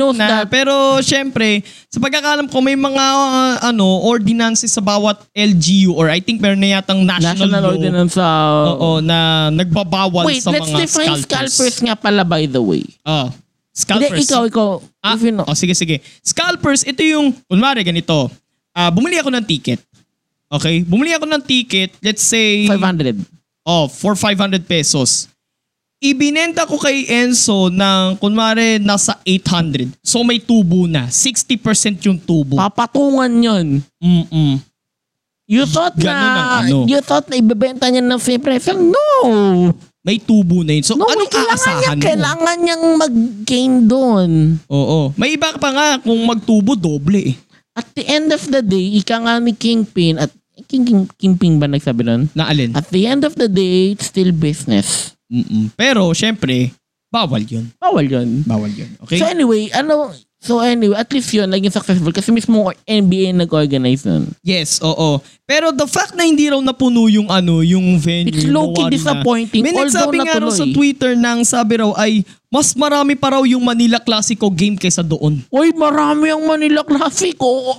Kahit
knows
na,
that.
Pero syempre, sa pagkakalam ko may mga uh, ano ordinances sa bawat LGU or I think meron na yatang national,
National
law
Ordinance sa...
oo, na nagbabawal
Wait,
sa
let's
mga
define
scalpers.
scalpers. nga pala by the way.
Ah, Scalpers.
Hindi, ikaw, ikaw.
Ah,
if you know.
oh, sige, sige. Scalpers, ito yung, kunwari ganito, Ah, bumili ako ng ticket. Okay? Bumili ako ng ticket, let's say,
500.
oh, for 500 pesos. Ibinenta ko kay Enzo ng, kunwari, nasa 800. So may tubo na. 60% yung
Ah.
tubo.
Papatungan yon.
Mm-mm.
You thought
Ganun
na,
ang ano.
you thought na ibebenta niya ng free prefer. No!
May tubo na yun. So,
No,
anong
kailangan niya,
aasahan mo?
kailangan niyang mag-gain doon.
Oo. May iba pa nga kung magtubo, doble eh.
At the end of the day, ika nga ni Kingpin, at King, King, Kingpin ba nagsabi nun?
Na alin?
At the end of the day, it's still business.
Mm-mm. Pero, syempre, bawal yun.
Bawal yun.
Bawal yun. Okay?
So anyway, ano, so anyway, at least yun, naging successful kasi mismo NBA nag-organize nun.
Yes, oo. Pero the fact na hindi raw napuno yung ano, yung venue.
It's low-key
bawari na.
disappointing,
May
although
nagsabi nga raw
natuloy.
sa Twitter nang sabi raw ay mas marami pa raw yung Manila Classico game kaysa doon.
Uy, marami ang Manila Classico.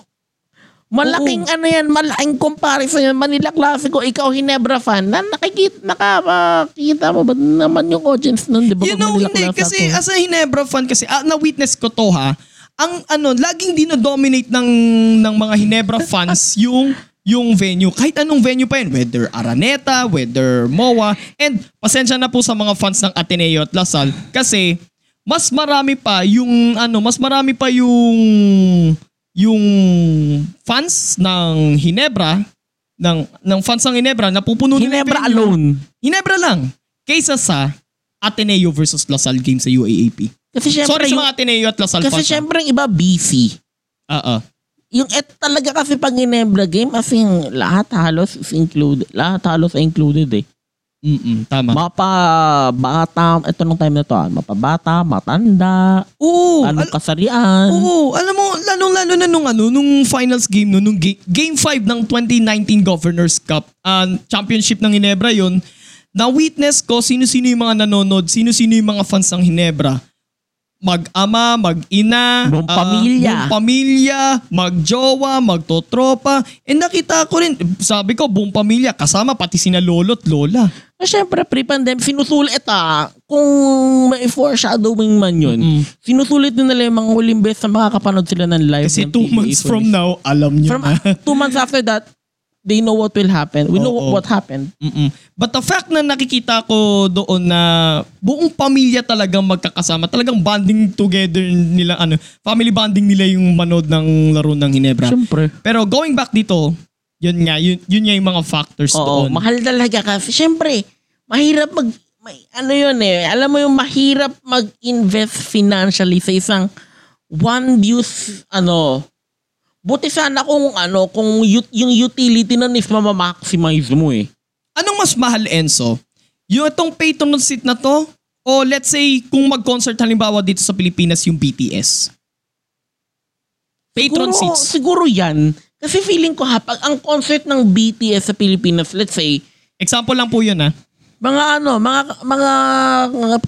Malaking ano yan, malaking comparison yan. Manila Classico, ikaw Hinebra fan, na nakikita, nakakita mo ba naman yung audience nun, di ba?
You
pag
know,
Manila
hindi. Kasi
Classico?
as a Hinebra fan kasi, ah, na-witness ko to ha, ang ano, laging dinodominate ng, ng mga Hinebra fans yung yung venue. Kahit anong venue pa yun. Whether Araneta, whether MOA. And pasensya na po sa mga fans ng Ateneo at Lasal. Kasi mas marami pa yung ano, mas marami pa yung yung fans ng Hinebra ng ng fans ng Hinebra na pupuno nila yung
Hinebra
venue.
alone.
Hinebra lang. Kaysa sa Ateneo versus Lasal game sa UAAP.
Kasi syempre,
Sorry sa
yung,
mga Ateneo at Lasal fans.
kasi syempre yung iba BC.
Oo.
Yung et talaga kasi pag Hinebra game, as in, lahat halos is included. Lahat halos ay included eh.
Mm-mm, tama.
Mapa bata, ito nung time na to, ah, mapabata, matanda,
oo,
anong
Oh, al- Oh.
kasarian.
oo, alam mo, lalong-lalo na nung ano, nung finals game no, nung ga- game 5 ng 2019 Governors Cup, ah, championship ng Hinebra yon na-witness ko sino-sino yung mga nanonood, sino-sino yung mga fans ng Hinebra. mag-ama, mag-ina,
Buong
ah,
pamilya.
buong pamilya, mag-jowa, magtotropa. And nakita ko rin, sabi ko, buong pamilya, kasama pati sina lolo at lola.
Ah, Siyempre, pre-pandemic, sinusulit ah. Kung may foreshadowing man yun, sinusulit din nila yung mga huling beses na makakapanood sila ng live.
Kasi
ng
two
PBA
months from
footage.
now, alam nyo
From,
na.
two months after that, they know what will happen. We know
Oo.
what happened.
Mm-mm. But the fact na nakikita ko doon na buong pamilya talagang magkakasama, talagang bonding together nila, ano, family bonding nila yung manood ng laro ng Hinebra.
Siyempre.
Pero going back dito, yun nga, yun, yun nga yung mga factors
Oo,
doon.
mahal talaga ka. Siyempre, mahirap mag... May, ano yun eh, alam mo yung mahirap mag-invest financially sa isang one-use, ano, buti sana kung ano, kung ut- yung utility nun is mamamaximize mo eh.
Anong mas mahal, Enzo? Yung itong pay to not seat na to? O let's say, kung mag-concert halimbawa dito sa Pilipinas, yung BTS? Patron
siguro,
seats.
Siguro yan. Kasi feeling ko ha, pag ang concert ng BTS sa Pilipinas, let's say,
Example lang po yun ah.
mga ano, mga mga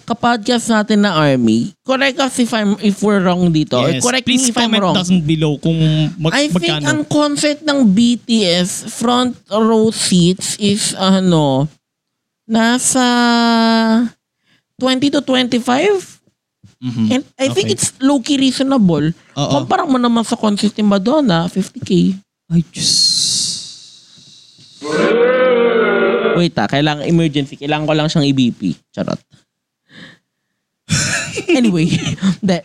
kapodcast natin na army, correct us if, I'm, if we're wrong dito. or
Yes.
correct
Please
me if I'm
comment
wrong.
down below kung mag-
I think
magkano.
ang concert ng BTS front row seats is ano, nasa 20 to 25? And I think
Mm-hmm. Okay.
it's low-key reasonable.
Oo.
Kumpara mo naman sa concert ni Madonna, 50k.
Ay, Diyos.
Wait ah, kailangan emergency. Kailangan ko lang siyang i-BP. Charot. anyway, de,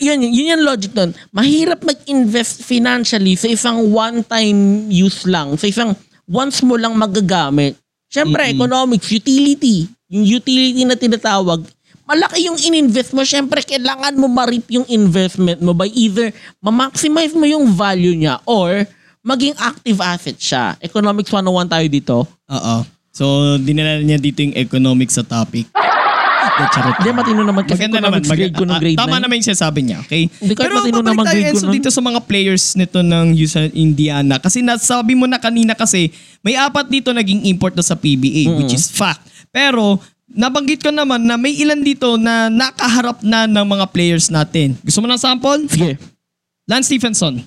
yun, yun yung logic nun. Mahirap mag-invest financially sa isang one-time use lang. Sa isang once mo lang magagamit. Siyempre, economics, utility. Yung utility na tinatawag, malaki yung in-invest mo. Siyempre, kailangan mo ma-reap yung investment mo by either ma-maximize mo yung value niya or maging active asset siya. Economics 101 tayo dito.
Oo. So, dinala niya dito yung economics sa topic. Hindi, charot.
Hindi, matino naman kasi
Maganda naman.
economics grade ko
ah,
nung grade
tama naman yung sinasabi niya, okay?
Hindi ko
Pero
matino
mabalik
naman
tayo
grade ko
Enzo
nun.
dito sa mga players nito ng Houston Indiana. Kasi nasabi mo na kanina kasi, may apat dito naging import na sa PBA, which is fact. Pero, nabanggit ko naman na may ilan dito na nakaharap na ng mga players natin. Gusto mo ng sample?
Sige.
Lance Stephenson.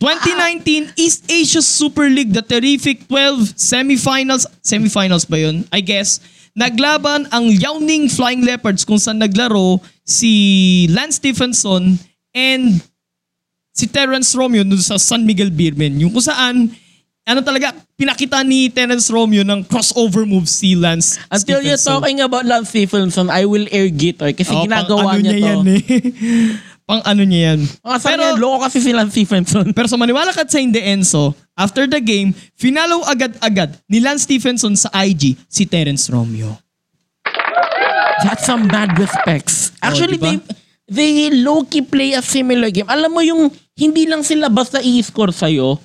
2019 East Asia Super League, the terrific 12 semifinals. Semifinals ba yun? I guess. Naglaban ang Liaoning Flying Leopards kung saan naglaro si Lance Stephenson and si Terrence Romeo dun sa San Miguel Beermen. Yung kung saan, ano talaga, pinakita ni Terrence Romeo ng crossover move si Lance
Until you're
Stephenson.
talking about Lance Stephenson, I will air guitar kasi
Oh, pang
ginagawa
ano
niya,
yan
to.
eh. pang ano niya yan.
Mga sabi
pero,
niya, loko kasi si Lance Stephenson.
pero sa maniwala ka at sa hindi Enzo, after the game, finalo agad-agad ni Lance Stephenson sa IG si Terence Romeo.
That's some bad respects. Actually,
diba?
they, they low-key play a similar game. Alam mo yung hindi lang sila basta i-score sa'yo,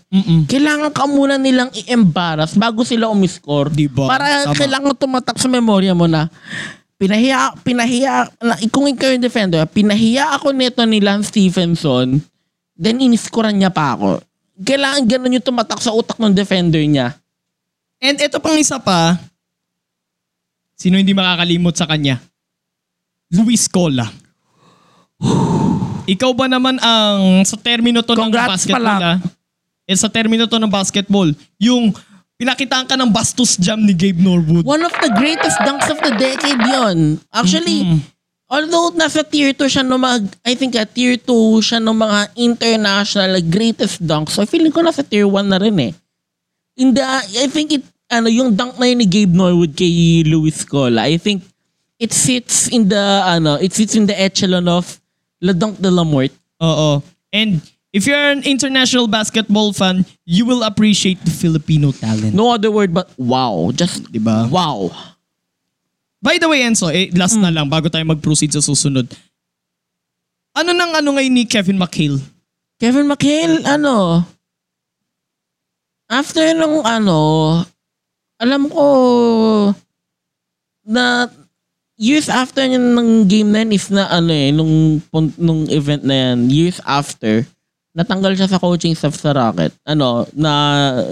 kailangan ka muna nilang i-embarrass bago sila umiscore.
Diba?
Para
Tama.
kailangan tumatak sa memorya mo na pinahiya, pinahiya, na, kung ikaw yung defender, pinahiya ako nito ni Lance Stephenson, then in-scorean niya pa ako. Kailangan ganun yung tumatak sa utak ng defender niya.
And ito pang isa pa, sino hindi makakalimot sa kanya? Luis Cola. Ikaw ba naman ang sa termino to ng
Congrats
basketball ah?
pala.
Eh, sa termino to ng basketball, yung pinakitaan ka ng bastos jam ni Gabe Norwood.
One of the greatest dunks of the decade yon. Actually, although nasa tier 2 siya no mga, I think ah, tier 2 siya no mga international greatest dunks. So feeling ko nasa tier 1 na rin eh. In the, I think it, ano, yung dunk na yun ni Gabe Norwood kay Luis Cola, I think it sits in the, ano, it sits in the echelon of La Dunk de la Mort.
Oo. And if you're an international basketball fan, you will appreciate the Filipino talent.
No other word but wow. Just,
Diba?
wow.
By the way, Enzo, eh, last
Hmm.
na lang bago tayo mag-proceed sa susunod. Ano nang ano ngayon ni Kevin McHale?
Kevin McHale, ano, after nung ano, alam ko na years after yun ng game na yun, if na ano eh, nung, pun- nung event na yan, years after, natanggal siya sa coaching staff sa Rocket. Ano, na,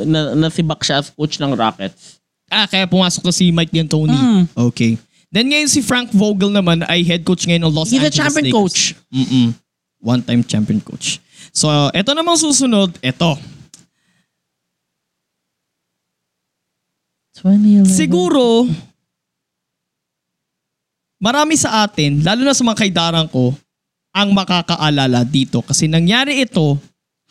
na nasibak siya as coach ng Rockets.
Ah, kaya pumasok na si Mike D'Antoni.
Hmm.
Okay. Then ngayon si Frank Vogel naman ay head coach ngayon ng Los
He's a
Angeles
champion
Lakers.
coach.
Mm-mm. One-time champion coach. So, eto namang susunod. Eto.
2011.
Siguro, marami sa atin, lalo na sa mga kaidaran ko, ang makakaalala dito. Kasi nangyari ito,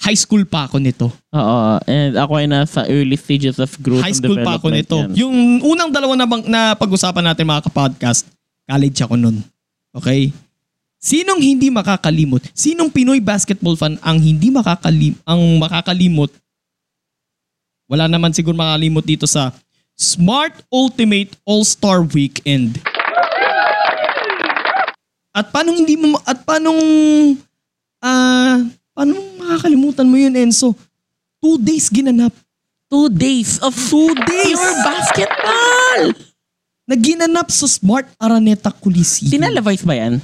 high school pa ako nito.
Oo. And ako ay nasa early stages of growth
High
and
school pa ako
development
nito.
yan.
Yung unang dalawa na, bang, na pag-usapan natin mga kapodcast, college ako nun. Okay? Sinong hindi makakalimot? Sinong Pinoy basketball fan ang hindi makakalim ang makakalimot? Wala naman siguro makakalimot dito sa Smart Ultimate All-Star Weekend. At paano hindi mo ma- at paano ah paano makakalimutan mo yun Enzo? Two days ginanap
Two days of two days. Pure basketball!
na ginanap sa Smart Araneta Coliseum.
Sinalavice ba yan?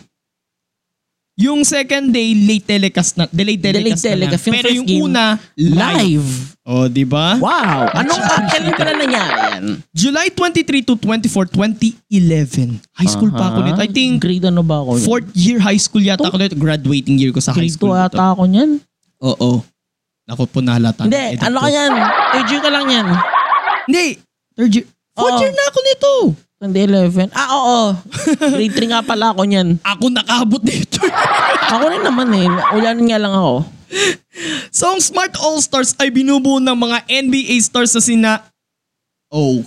Yung second day, late telecast na. Delayed telecast,
Delayed
na lang.
telecast. Yung
Pero
first
yung
game,
una, live.
Live!
Oh, di ba?
Wow! Anong uh, kailan pala nangyari yan?
July 23 to 24, 2011. High school pa ako nito. I think
Grade ano ba ako?
fourth year high school yata ako nito. Graduating year ko sa high
Grade 2
school nito.
ata ako niyan.
Oo. Naku po, nahalata.
Hindi,
na edit
ano
ko.
ka yan? Third year ka lang yan.
Hindi. Third year. Fourth
Oo.
year na ako nito.
2011. Ah, oo. Grade 3 nga pala ako niyan.
Ako nakaabot nito.
Ako rin naman eh. Ulan nga lang ako.
So ang Smart All-Stars ay binubuo ng mga NBA stars na sina... Oh.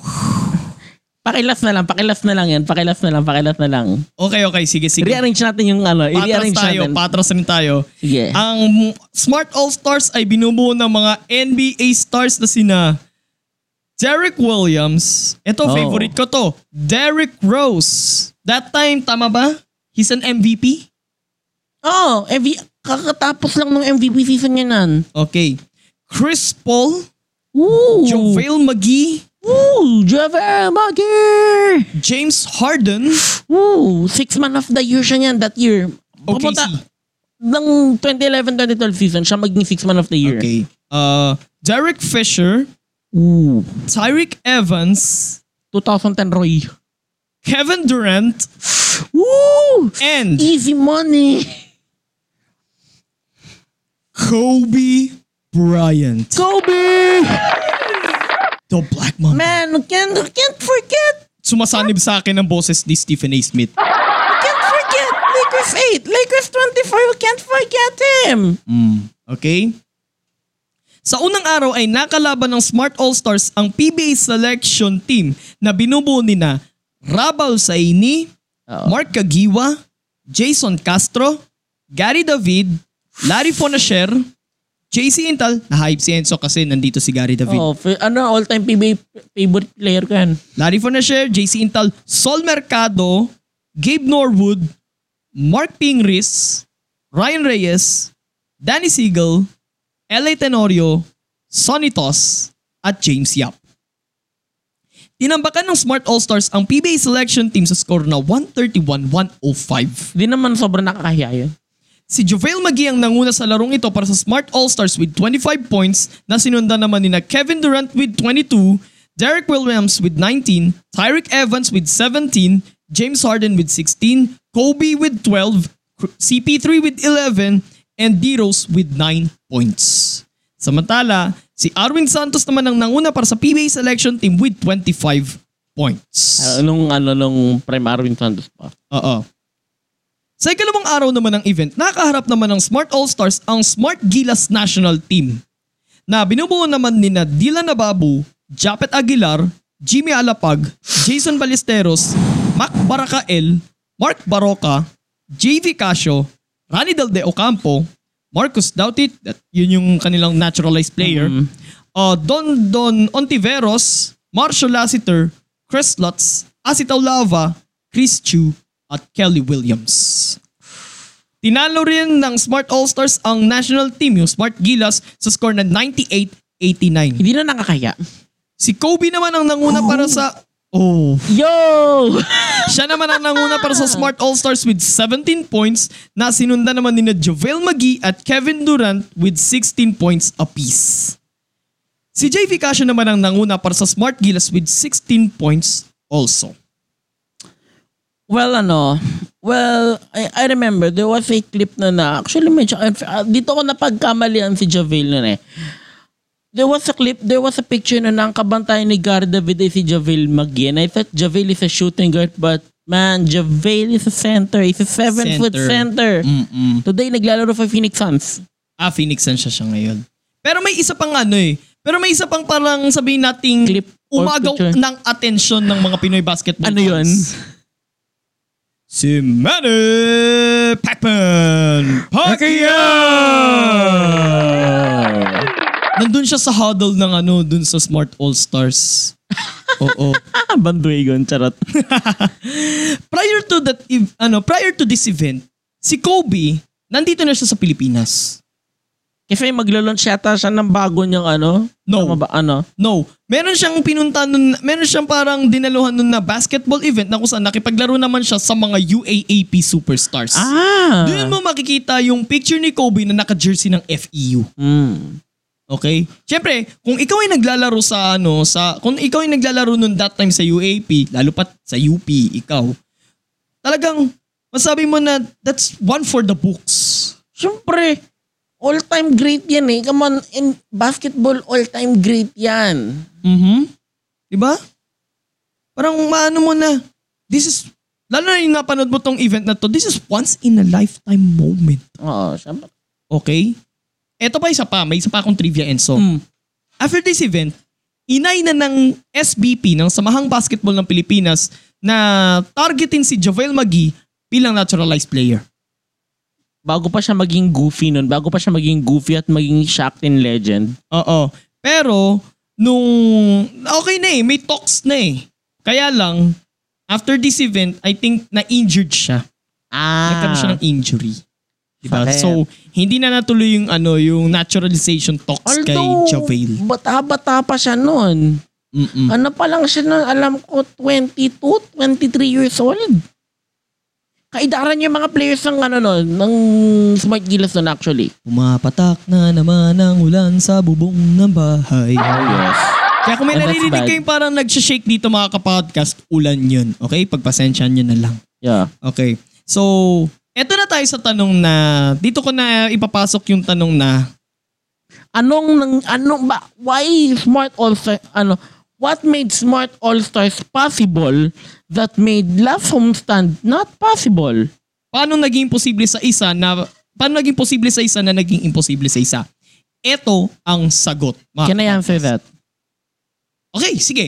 Pakilas na lang, pakilas na lang yan. Pakilas na lang, pakilas na lang.
Okay, okay. Sige, sige.
I-rearrange natin yung ano.
Patras
I-rearrange
tayo,
natin.
patras rin tayo.
Sige.
Ang Smart All-Stars ay binubuo ng mga NBA stars na sina Derek Williams. Ito,
Oh.
favorite ko to. Derek Rose. That time, tama ba? He's an MVP?
Oo, oh, kakatapos lang ng MVP season niya nan.
Okay. Chris Paul,
Woo!
JaVale McGee,
Woo! Javel Magir!
James Harden,
Woo! Six man of the year siya niyan that year.
OKC.
ng 2011-2012 season, siya maging six man of the year.
Okay. Uh, Derek Fisher,
Woo!
Tyreek Evans,
2010 Roy.
Kevin Durant,
Woo!
and
Easy money!
Kobe Bryant.
Kobe!
The Black Mamba.
Man, we can't, we can't forget!
sumasanib sa akin ang boses ni Stephen A. Smith.
Can't forget Lakers 8, Lakers 24, we can't forget him.
Okay? Sa unang araw ay nakalaban ng Smart All-Stars ang PBA selection team na binubuo ni na Rabal Saini, Mark Kagiwa, Jason Castro, Gary David, Larry Fonacher, JC Intal, na-hype si Enzo kasi nandito si Gary David.
Oh, fa- ano, all-time PBA favorite player ko yan.
Larry Fonacher, JC Intal, Sol Mercado, Gabe Norwood, Mark Pingris, Ryan Reyes, Danny Siegel, LA Tenorio, Sonny Toss, at James Yap. Tinambakan ng Smart All-Stars ang PBA selection team sa score na 131-105.
Di naman sobrang nakakahiya yun.
Si JaVale McGee ang nanguna sa larong ito para sa Smart All-Stars with 25 points na sinundan naman nina Kevin Durant with 22, Derek Williams with 19, Tyrick Evans with 17, James Harden with 16, Kobe with 12, Cr- CP3 with 11, and D-Rose with 9 points. Samantala, si Arwin Santos naman ang nanguna para sa PBA selection team with 25 points.
Ah, nung ano, nung Prime Arwin Santos pa.
Oo. Sa ikalawang araw naman ng event, nakaharap naman ng Smart All-Stars ang Smart Gilas National Team na binubuo naman ni na Dylan Nababu, Japet Aguilar, Jimmy Alapag, Jason Ballesteros, Mac Barakael, Mark Baroka, JV Casio, Rani Del De Ocampo, Marcus Dautit, that yun yung kanilang naturalized player, uh, Don Don Ontiveros, Marshall Lassiter, Chris Lutz, Asitaw Lava, Chris Chu, at Kelly Williams. Tinalo rin ng Smart All-Stars ang national team, yung Smart Gilas, sa score na 98-89.
Hindi na nakakahiya.
Si Kobe naman ang nanguna para sa... Oh.
Yo!
Siya naman ang nanguna para sa Smart All-Stars with 17 points na sinundan naman ni na JaVale McGee at Kevin Durant with 16 points apiece. Si JV Casio naman ang nanguna para sa Smart Gilas with 16 points also.
Well, ano, well, I, I remember there was a clip na na, actually medyo, ah, dito ko napagkamalian si Javale nun eh. There was a clip, there was a picture na ang kabantay ni Gary David ay si Javale McGee. And I thought Javale is a shooting guard, but man, Javale is a center. He's a seven foot
Center.
center. Today, naglalaro sa Phoenix Suns.
Ah, Phoenix Suns siya siya ngayon. Pero may isa pang ano eh. Pero may isa pang parang sabihin nating
Clip or
umagaw
picture.
ng atensyon ng mga Pinoy basketball
Ano yun?
fans. Si Manny Pacman Pacquiao! Nandun siya sa huddle ng ano, dun sa Smart All-Stars. Oo.
Ah, Banduegon, charot.
prior to that ev- ano, prior to this event, si Kobe, nandito na siya sa Pilipinas.
Kasi maglalaunch yata siya ng bago niyang ano?
No.
Tama ba? Ano?
No. Meron siyang pinunta nun, meron siyang parang dinaluhan nun na basketball event na kung saan nakipaglaro naman siya sa mga UAAP superstars.
Ah!
Doon mo makikita yung picture ni Kobe na naka-jersey ng FEU.
Mm.
Okay? Siyempre, kung ikaw ay naglalaro sa ano, sa kung ikaw ay naglalaro nun that time sa UAP, lalo pat sa UP, ikaw, talagang masabi mo na that's one for the books.
Siyempre, all-time great yan eh. Come on, in basketball, all-time great yan.
Mhm. 'Di ba? Parang maano mo na this is lalo na yung napanood mo tong event na to. This is once in a lifetime moment.
Oo, siyempre.
Okay? Eto pa isa pa, may isa pa akong trivia and
Mm.
so.
Hmm,
After this event, inay na ng SBP ng Samahang Basketball ng Pilipinas na targetin si Jovel Magee bilang naturalized player.
Bago pa siya maging goofy nun, bago pa siya maging goofy at maging Shaqtin legend.
Oo. Pero, nung, okay na eh, may talks na eh. Kaya lang, after this event, I think na-injured siya.
Ah.
Nagkaroon siya ng injury. Diba?
Sakit.
So, hindi na natuloy yung ano, yung naturalization talks
Although,
kay Javale.
bata-bata pa siya nun.
Mm-mm.
Ano pa lang siya nun, alam ko, 22, 23 years old. Kaidaran yung mga players ng ano nun, ng Smart Gilas nun actually.
Pumapatak na naman ang ulan sa bubong ng bahay.
Oh, yes.
Kaya kung may
And that's
naririnig
bad.
kayong parang nagsha-shake dito mga kapodcast, ulan yun. Okay? Pagpasensyahan nyo na lang.
Yeah.
Okay. So, eto na tayo sa tanong na, dito ko na ipapasok yung tanong na,
anong nang anong ba why smart all ano What made Smart All-Stars possible that made Last Homestand not possible?
paano naging imposible sa isa na paano naging posible sa isa na naging imposible sa isa? Ito ang sagot. mga
Can I answer
kapatid.
that?
Okay, sige.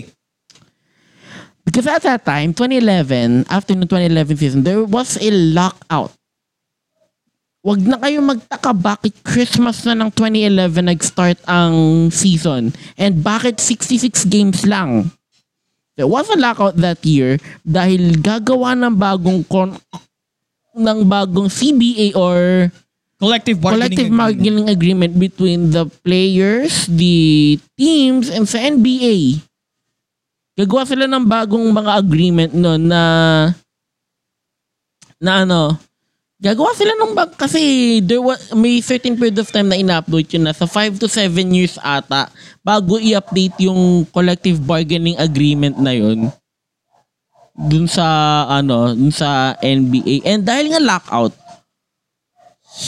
Because at that time, 2011, after the 2011 season, there was a lockout. Wag na kayo magtaka bakit Christmas na ng 2011 nag-start ang season and bakit 66 games lang. There was a lockout that year dahil gagawa ng bagong con- ng bagong CBA or
Collective bargaining.
collective
agreement.
bargaining agreement between the players, the teams, and sa NBA. Gagawa sila ng bagong mga agreement no na na ano, gagawa sila ng bag kasi there was, may certain period of time na in-upload yun na sa 5 to 7 years ata bago i-update yung collective bargaining agreement na yun dun sa ano, dun sa NBA. And dahil nga lockout,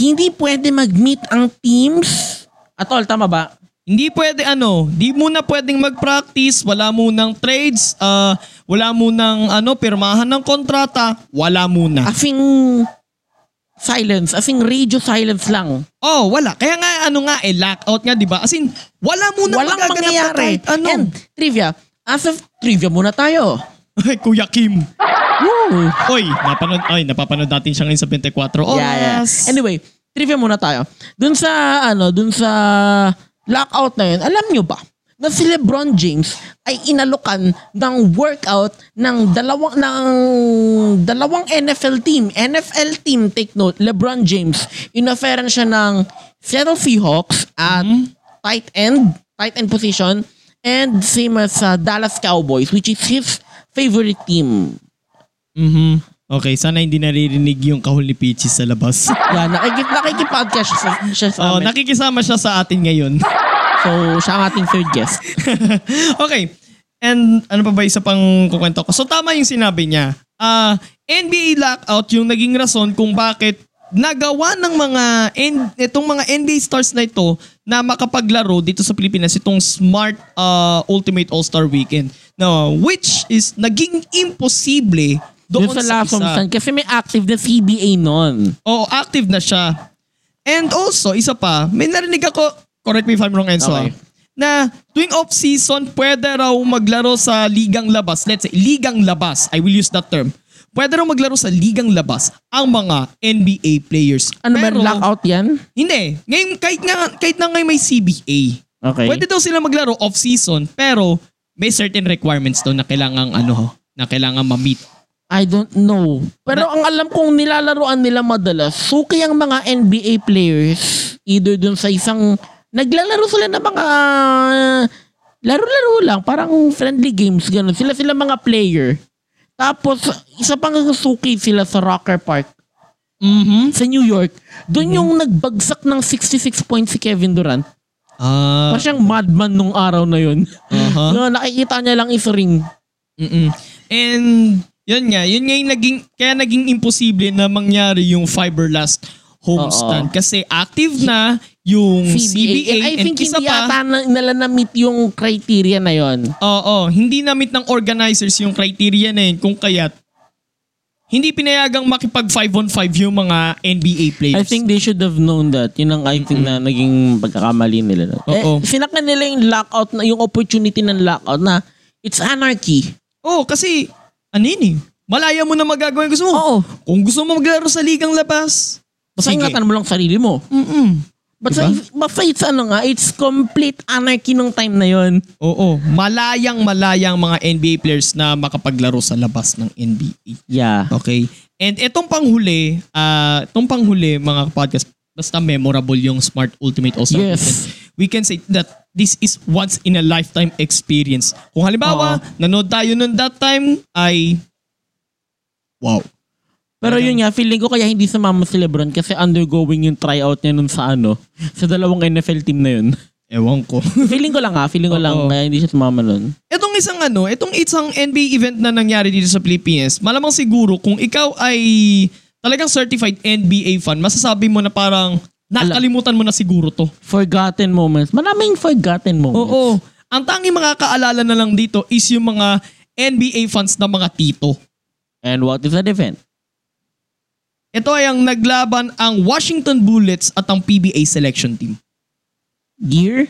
hindi pwede mag-meet ang teams. At all, tama ba?
Hindi pwede ano, di muna pwedeng mag-practice, wala munang trades, ah, wala munang ano, pirmahan ng kontrata, wala muna.
Asing silence, asing radio silence lang.
Oh, wala. Kaya nga ano nga eh, lockout nga, 'di ba? As in, wala muna
Walang mangyayari.
ano.
And trivia, as of trivia muna tayo.
Ay, Kuya Kim.
Woo!
Oy, napanood, oy, napapanood natin siya ngayon sa 24 oras.
Anyway, trivia muna tayo. Dun sa, ano, dun sa lockout na yun, alam nyo ba na si Lebron James ay inalukan ng workout ng dalawang ng dalawang NFL team. NFL team, take note, Lebron James, inoferan siya ng Seattle Seahawks at tight end, tight end position, and same as sa Dallas Cowboys, which is his favorite team.
Mhm. Okay, sana hindi naririnig yung kahol ni Peachy sa labas.
Yan, nakikip, nakikipodcast siya, sa- siya sa
Oh,
amin.
nakikisama siya sa atin ngayon.
So, siya ang ating third guest.
okay. And ano pa ba isa pang kukwento ko? So tama yung sinabi niya. Ah, NBA lockout yung naging rason kung bakit nagawa ng mga N- itong mga NBA stars na ito na makapaglaro dito sa Pilipinas itong Smart ah, Ultimate All-Star Weekend. No, which is naging imposible doon
Doon sa
sa,
Lasom
isa.
San, kasi may active na CBA noon.
Oo, active na siya. And also, isa pa, may narinig ako, correct me if I'm wrong, Enzo, ah,
Okay.
na tuwing off-season, pwede raw maglaro sa ligang labas. Let's say, ligang labas. I will use that term. Pwede raw maglaro sa ligang labas ang mga NBA players.
Ano ba, lockout yan?
Hindi. Ngayon, kahit, nga, kahit na ngayon may CBA,
Okay.
pwede daw sila maglaro off-season, pero may certain requirements daw na kailangan ano, na kailangan ma-meet.
I don't know. Pero ang alam kong nilalaroan nila madalas, suki ang mga NBA players, either dun sa isang, naglalaro sila ng mga, laro-laro lang, parang friendly games, ganun. Sila sila mga player. Tapos, isa pang suki sila sa Rocker Park
Mm-hmm.
sa New York. Doon yung nagbagsak ng 66 points si Kevin Durant.
Ah,
Parang siyang madman nung araw na yun.
aha.
No, nakikita niya lang is ring.
mm And yun nga, yun nga yung naging, kaya naging imposible na mangyari yung fiberlast homestand. Kasi active na yung CBA,
And I
and
think
isa
hindi
pa,
ata na, nila na-meet yung criteria na yon.
oo, hindi na-meet ng organizers yung criteria na yun kung kaya't hindi pinayagang makipag 5 on 5 yung mga NBA players.
I think they should have known that. Yun ang I think na naging pagkakamali nila.
Oo.
Eh, sinakan nila yung lockout, na, yung opportunity ng lockout na it's anarchy.
Oo, kasi ano yun eh, malaya mo na magagawa yung gusto mo.
Oo.
Kung gusto mo maglaro sa ligang labas,
Basta
sige. Mm. Diba?
ingatan mo lang sarili mo.
Mm-mm.
Basta, basta it's ano nga, it's complete anarchy nung time na yon.
Oo, malayang malayang mga NBA players na makapaglaro sa labas ng NBA.
Yeah.
Okay? And itong panghuli, ah itong panghuli mga podcast, basta memorable yung Smart Ultimate All-Star
Yes.
Weekend. We can say that this is once in a lifetime experience. Kung halimbawa, nanood tayo noon that time ay wow.
Pero yun nga, feeling ko kaya hindi sumama si Lebron kasi undergoing yung tryout niya nun sa ano, sa dalawang NFL team na yun.
Ewan ko.
feeling ko lang ha, feeling ko lang
Oo.
kaya hindi siya sumama nun.
Itong isang ano, itong isang NBA event na nangyari dito sa Philippines, malamang siguro kung ikaw ay talagang certified NBA fan, masasabi mo na parang nakalimutan mo na siguro to.
Forgotten moments. Maraming forgotten moments.
Oo. Ang tanging makakaalala na lang dito is yung mga NBA fans na mga tito.
And what is the event?
Ito ay ang naglaban ang Washington Bullets at ang PBA selection team.
Gear?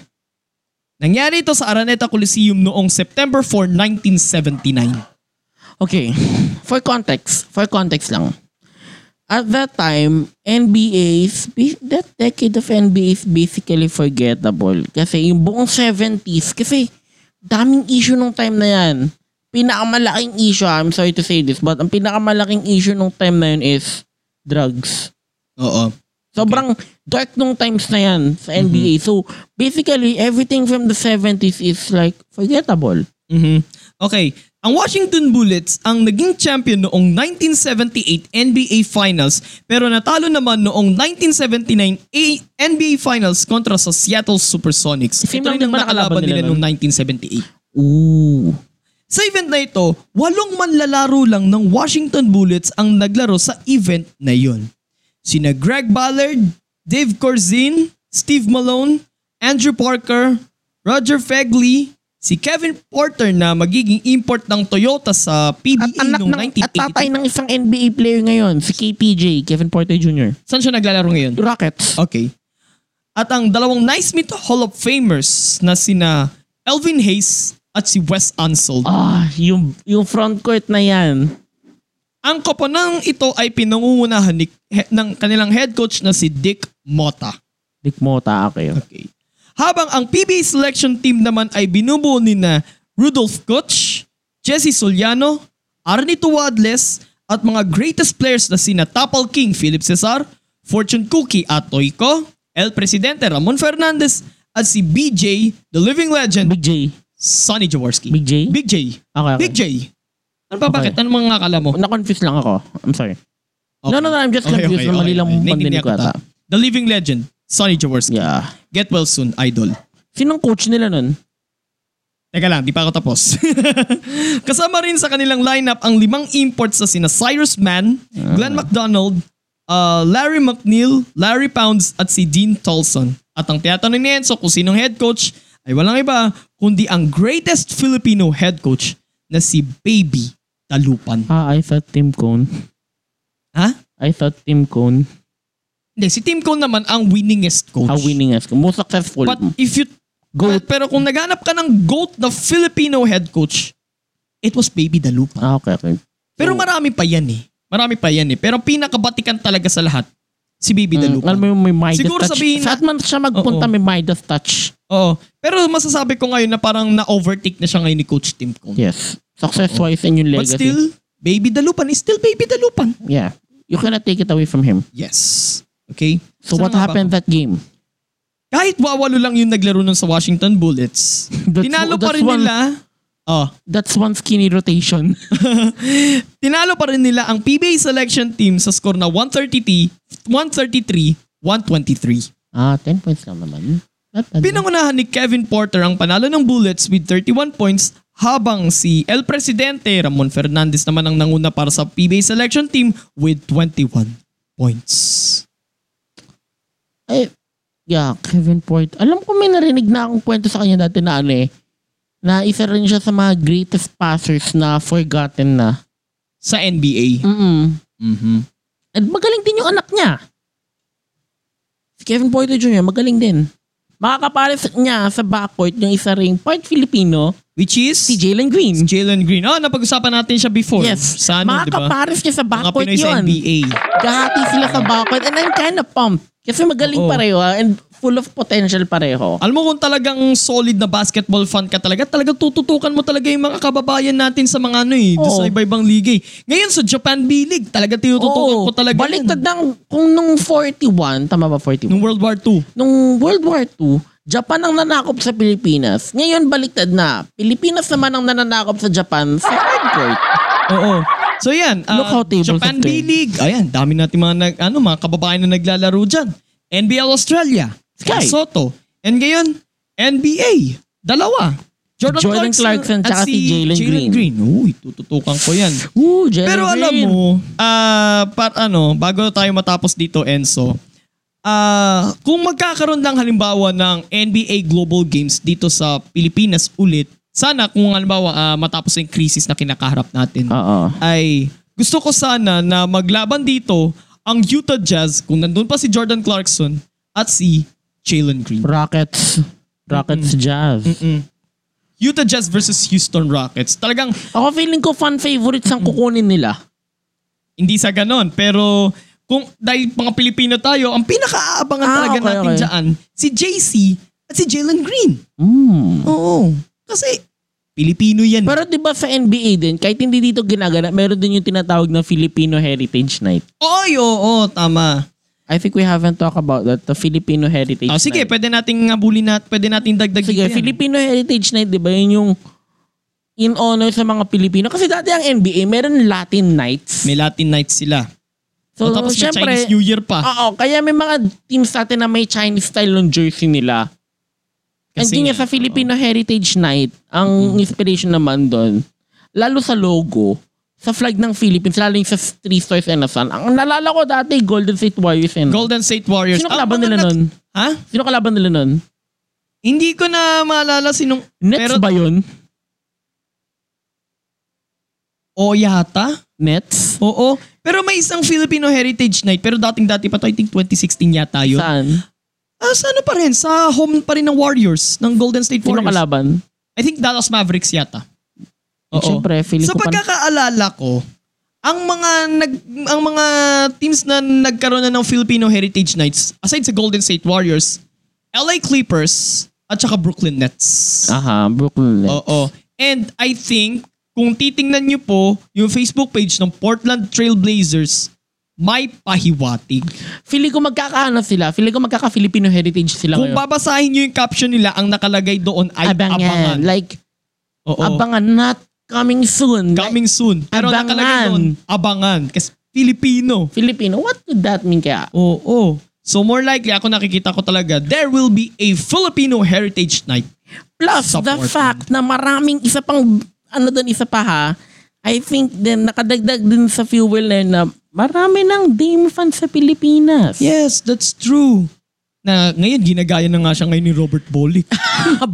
Nangyari ito sa Araneta Coliseum noong September 4, 1979.
Okay. For context, for context lang. At that time, NBA's, that decade of NBA is basically forgettable. Kasi yung buong 70s, kasi daming issue nung time na yan. Pinakamalaking issue, ah, I'm sorry to say this, but ang pinakamalaking issue nung time na yun is drugs.
Oo.
Sobrang dark nung times na yan sa NBA. So, basically, everything from the 70s is like forgettable.
Mhm. Okay. Ang Washington Bullets ang naging champion noong 1978 NBA Finals pero natalo naman noong 1979 A- NBA Finals kontra sa Seattle Supersonics. Ito
Same lang
rin ang
din ba nakalaban
nakalaban nila
nila
noong 1978.
Ooh.
Sa event na ito, walong manlalaro lang ng Washington Bullets ang naglaro sa event na yon. Sina Greg Ballard, Dave Corzine, Steve Malone, Andrew Parker, Roger Fegley, si Kevin Porter na magiging import ng Toyota sa PBA
At anak
noong
ng, at tatay
1980.
ng isang NBA player ngayon, si KPJ, Kevin Porter Jr.
Saan siya naglalaro ngayon?
Rockets.
Okay. At ang dalawang Naismith Hall of Famers na sina Elvin Hayes at si Wes Unseld.
Ah, yung, yung front court na yan.
Ang koponang ito ay pinangungunahan ni, he- ng kanilang head coach na si Dick Mota.
Dick Mota, okay.
Okay. Habang ang PBA selection team naman ay binubuo ni na Rudolph Koch, Jesse Soliano, Arnito Wadles, at mga greatest players na sina Tapal King Philip Cesar, Fortune Cookie at Toico, El Presidente Ramon Fernandez, at si BJ, the living legend,
Big J.
Sonny Jaworski.
Big J?
Big J.
Okay, okay.
Big J. Ano pa, bakit?
Okay.
Ano mga akala mo?
Na-confuse lang ako. I'm sorry.
Okay.
No, no, no, I'm just confused. na mali lang
Naiintindihan
pandinig ko
kita.
ata.
The Living Legend, Sonny Jaworski.
Yeah.
Get well soon, idol.
Sinong coach nila nun?
Teka lang, di pa ako tapos. Kasama rin sa kanilang lineup ang limang imports sa sina Cyrus Mann,
Ah.
Glenn McDonald, uh, Larry McNeil, Larry Pounds at si Dean Tolson. At ang tiyatanong ni Enzo kung sinong head coach ay walang iba kundi ang greatest Filipino head coach na si Baby Talupan.
Ah, I thought Tim Cone.
Ha?
I thought Tim Cone.
Hindi, si Tim Cone naman ang winningest coach.
How winning as most successful.
But if you But-
Goat.
Pero kung naghanap ka ng GOAT na Filipino head coach, it was Baby Dalupa.
Ah, okay, okay.
Pero marami pa yan eh. Marami pa yan eh. Pero pinakabatikan talaga sa lahat, si Baby
Mm,
Dalupa.
alam mo yung may Midas
Siguro
touch.
sabihin na-
Saan man siya magpunta,
Oo.
may Midas touch.
Oo. Pero masasabi ko ngayon na parang na-overtake na siya ngayon ni Coach Tim Cone.
Yes. Success-wise and yung
But
legacy.
still, Baby Dalupan is still Baby Dalupan.
yeah. You cannot take it away from him.
Yes. Okay?
So
Saan
what
nga ba
happened
ako?
that game?
Kahit wawalo lang yung naglaro nun sa Washington Bullets,
That's-
tinalo pa rin
that's one-
nila. Oh,
That's one skinny rotation.
Tinalo pa rin nila ang PBA selection team sa score na 133, 133-123.
ah, 10 points lang naman. Not bad.
Pinangunahan ni Kevin Porter ang panalo ng Bullets with 31 points habang si El Presidente Ramon Fernandez naman ang nanguna para sa PBA selection team with 21 points.
Eh, yeah, Kevin Port. Alam ko may narinig na akong kwento sa kanya dati na ano eh. Na isa rin siya sa mga greatest passers na forgotten na.
Sa NBA.
Mm-mm.
mm
At magaling din yung anak niya. Si Kevin Porter Jr., magaling din. Makakapares niya sa backcourt yung isa ring part Filipino,
Which is
si Jalen Green.
Jalen Green. Oh, napag-usapan natin siya before.
Yes.
Sa ano, di ba?
Makakapares niya sa
Mga
backcourt
Pinoy sa
yun.
NBA.
Gahati sila sa backcourt. And I'm kind of pumped. Kasi magaling
Oo. Ah,
pareho ah, and full of potential pareho.
Alam mo kung talagang solid na basketball fan ka talaga, talagang tututukan mo talaga yung mga kababayan natin sa mga ano eh, doon
Oo.
sa iba-ibang liga eh. Ngayon sa Japan B-League, talaga tinututukan
Oo.
ko talaga
Baliktad
yan.
ng, kung nung 41, tama ba 41? Nung,
Nung World War II.
World War II, Japan ang nanakop sa Pilipinas. Ngayon, baliktad na. Pilipinas naman ang nananakop sa Japan sa hard court.
Oo. So yan, ah,
Look how tables
Japan
have turned.
B-League. Ayan, dami natin mga, nag, ano, mga kababayan na naglalaro dyan. NBL Australia,
Sky.
Soto. And ngayon, NBA. Dalawa. Jordan,
Jordan Clarkson,
at
tsaka si Jalen Green.
Uy, tututukan ko yan.
Ooh, Jalen
Pero alam
Green.
mo, ah par ano, bago tayo matapos dito Enzo, ah, kung magkakaroon ng halimbawa ng NBA Global Games dito sa Pilipinas ulit, sana kung halimbawa ah, matapos yung crisis na kinakaharap natin,
Oo.
ay gusto ko sana na maglaban dito ang Utah Jazz kung nandun pa si Jordan Clarkson at si Jalen Green.
Rockets. Rockets Jazz.
Utah Jazz versus Houston Rockets. Talagang
Ako feeling ko fan favorites ang kukunin nila.
hindi sa ganon. Pero kung dahil mga Pilipino tayo, ang pinakaabangan
Ah,
talaga
okay,
natin
okay.
dyan, si JC at si Jalen Green.
Hmm.
Oo. Kasi Pilipino yan.
Pero 'di ba sa NBA din, kahit hindi dito ginaganap, meron din yung tinatawag na Filipino Heritage Night.
Oy, oo, tama.
I think we haven't talked about that, the Filipino Heritage
Oh, sige,
Night.
pwede nating abulin na, pwede nating dagdag
Sige,
dito yan.
Filipino Heritage Night, 'di ba? Yun yung in honor sa mga Pilipino kasi dati ang NBA meron Latin Nights.
May Latin nights sila. O,
So,
tapos may
syempre, Ah.
Chinese New Year pa.
Oo, kaya may mga teams natin na may Chinese style ng jersey nila.
Kasi
Kasi And yun nga,
nga, Mm-hmm.
sa Filipino Heritage Night, ang inspiration naman doon, lalo sa logo, sa flag ng Philippines, lalo yung sa Three Stars and a Sun. Ang nalala ko dati, Golden State Warriors and...
Golden State Warriors.
Sino
Ah,
kalaban
mga
nila
nat-
nun?
Ha?
Sino kalaban nila nun?
Hindi ko na maalala sinong...
Nets
pero,
ba yun?
O yata?
Nets?
Oo. Pero may isang Filipino Heritage Night. Pero dating-dati pa to. I think 2016 yata yun.
Saan?
Ah, sa ano pa rin? Sa home pa rin ng Warriors. Ng Golden State
Sino
Warriors.
kalaban?
I think Dallas Mavericks yata.
Siyempre, feeling
Sa
ko pa...
pagkakaalala ko, ang mga nag ang mga teams na nagkaroon na ng Filipino Heritage Nights, aside sa Golden State Warriors, LA Clippers at saka Brooklyn Nets.
Aha, Brooklyn Ah, Nets.
Oo. And I think, kung titingnan nyo po yung Facebook page ng Portland Trail Blazers, may pahiwatig.
Feeling ko magkakaano sila. Feeling ko magkaka-Filipino heritage sila
Kung
ngayon.
babasahin nyo yung caption nila, ang nakalagay doon ay abangan.
abangan. Like,
Oo.
abangan not coming soon. Like,
Coming soon. Pero
Abangan.
nakalagay doon, abangan. Kasi Filipino.
Filipino, what could that mean kaya?
Oo. So more likely, ako nakikita ko talaga, there will be a Filipino Heritage Night.
Plus,
Support
the fact na maraming isa pang, ano doon, isa pa ha, I think din, nakadagdag din sa fuel na yun na marami ng Dame fans sa Pilipinas.
Yes, that's true. Na ngayon, ginagaya na nga siya ngayon ni Robert Bolick.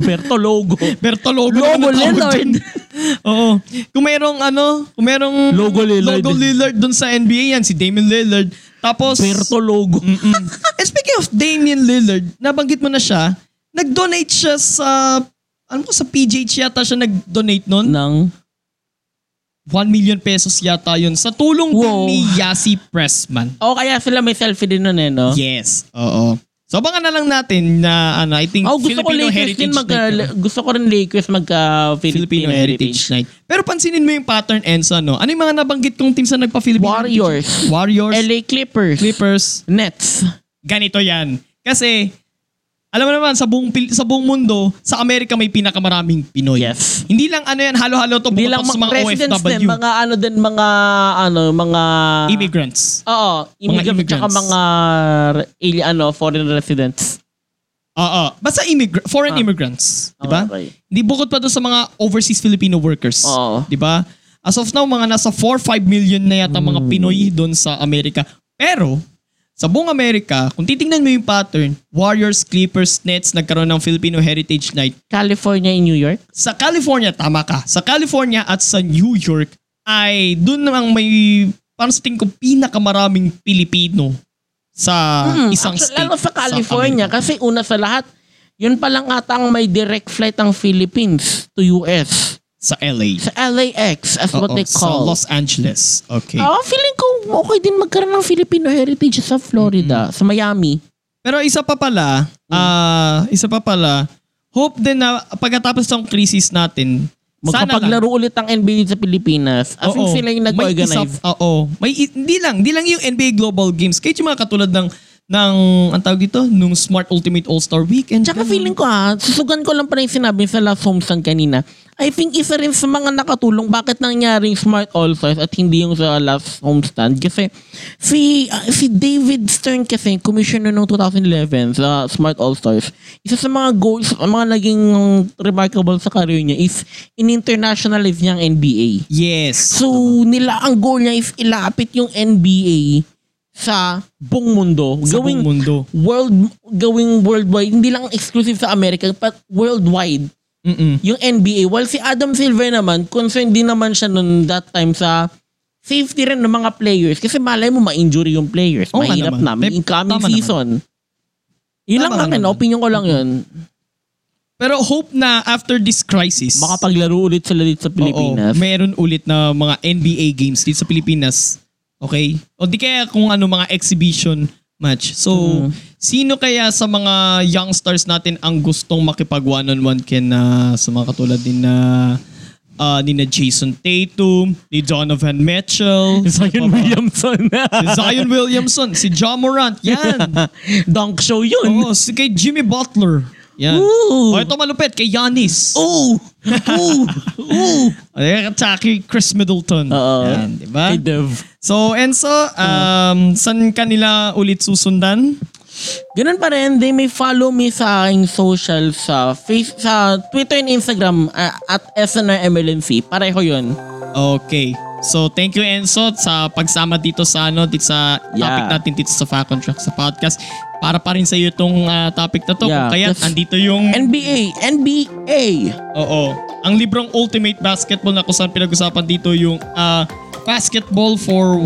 Berto Logo.
Berto Logo.
Logo
naman ang tawag
Lillard.
dyan. Oo. Kung mayroong ano, kung mayroong
Logo Lillard.
Logo Lillard dun sa NBA yan, si Damian Lillard. Tapos,
Berto Logo.
Ah, And speaking of Damian Lillard, nabanggit mo na siya, nag-donate siya sa, ano ko, sa PJH yata siya nag-donate nun.
ng
1 million pesos yata yun sa tulong din
Wow.
ni Yasi Pressman.
O oh, kaya sila may selfie din nun eh, no?
Yes. Oo. So abangan na lang natin na ano, I think
Oh, gusto
Filipino
ko Lakers
Heritage
din uh, magka,
Night. yun.
gusto ko rin Lakers uh, magka
Filipino Heritage Night. Pero pansinin mo yung pattern Ensa no. Ano yung mga nabanggit kong teams na nagpa-Filipino
Warriors.
Heritage Night? Warriors,
LA Clippers.
Clippers,
Nets.
ganito yan. Kasi, alam mo naman, sa buong, Pil- sa buong mundo, sa Amerika may pinakamaraming Pinoy.
Yes.
Hindi lang ano yan, halo-halo to bukod
Hindi lang
pa sa
mga
mga
residents
OFW.
din, mga ano din, mga ano, mga...
immigrants.
Oo, immigrants.
immigrants.
Tsaka mga re- ili- ano, foreign residents.
Oo. Basta immigra- foreign immigrants. Di ba?
Ah. Okay.
Hindi bukod pa doon sa mga overseas Filipino workers.
Oo.
Di ba? As of now, mga nasa 4-5 million na yata mga
Hmm.
Pinoy doon sa Amerika. Pero, sa buong Amerika, kung titingnan mo yung pattern, Warriors, Clippers, Nets, nagkaroon ng Filipino Heritage Night.
California and New York.
sa California, tama ka, sa California at sa New York ay doon namang may parang sa tingin ko pinakamaraming Pilipino sa isang
Mm-hmm. Hmm, Actually,
state.
Lalo sa California,
Amerika.
kasi una sa lahat, yun pa lang ata ang may direct flight ang Philippines to US.
Sa LA.
Sa LAX, as what
Oo,
they
Sa
call. Oh.
Los Angeles. Okay.
Oo, feeling ko okay din magkaroon ng Filipino heritage sa Florida, sa Miami.
Pero isa pa pala,
Mm.
ah, isa pa pala, hope din na pagkatapos ng crisis natin, sana lang-
Magkapaglaro ulit ang NBA sa Pilipinas. As in
Oo.
sila
May
yung nag-organize.
isa- Oo. May i- hindi lang, hindi lang yung NBA Global Games. Kahit yung mga katulad ng ng ang tawag dito, nung Smart Ultimate All-Star Weekend.
Tsaka
ganun.
feeling ko ha, susugan ko lang pa yung sinabi sa last homestand kanina. I think isa rin sa mga nakatulong bakit nangyari yung Smart All Stars at hindi yung sa last homestand. Kasi si, ah, si David Stern kasi, commissioner noong 2011 sa Smart All Stars, isa sa mga goals, ang mga naging remarkable sa career niya is in-internationalize niya ang NBA.
Yes.
So nila, ang goal niya is ilapit yung NBA sa buong mundo.
Sa buong mundo.
World, going worldwide, hindi lang exclusive sa America, but worldwide,
Mm-mm.
yung NBA. While si Adam Silver naman, concerned din naman siya noon that time sa safety rin ng mga players. Kasi malay mo, ma-injury yung players.
Oo nga
Mahirap
naman.
na. May
May-
incoming
tama naman.
season. Yun lang
Tama
akin.
naman.
Opinion ko lang yun.
Pero hope na after this crisis,
Makapaglaro ulit sila dito sa Pilipinas.
Oo, meron ulit na mga NBA games dito sa Pilipinas. Okay? O di kaya kung ano mga exhibition match. So,
Mm-hmm.
sino kaya sa mga young stars natin ang gustong makipag one-on-one ken na sa mga katulad din na ah, ni na Jason Tatum, ni Donovan Mitchell,
Zion Williamson.
si Zion Williamson, si Ja Morant. Yan.
Dunk show yun.
Oo, si kay Jimmy Butler. Yan.
Ooh.
O ito malupit, kay Giannis.
Oh! Oh! Oh!
Ayan, at saka kay Chris Middleton.
Oo.
Yan, di ba?
Kay Dev.
So, Enzo, um, saan kanila ulit susundan?
Ganun pa rin, they may follow me sa aking social sa face, sa Twitter and Instagram ah, at SNR MLNC. Pareho yun.
Okay. So, thank you, Enzo, sa pagsama dito sa, ano, dito sa topic
Yeah.
natin dito sa Fact on Track sa podcast. Para pa rin sa iyo itong ah, topic na to.
Yeah.
Kung kaya,
Yes.
andito yung...
NBA! NBA!
Oo. Ang librong Ultimate Basketball na kung saan pinag-usapan dito yung ah, basketball for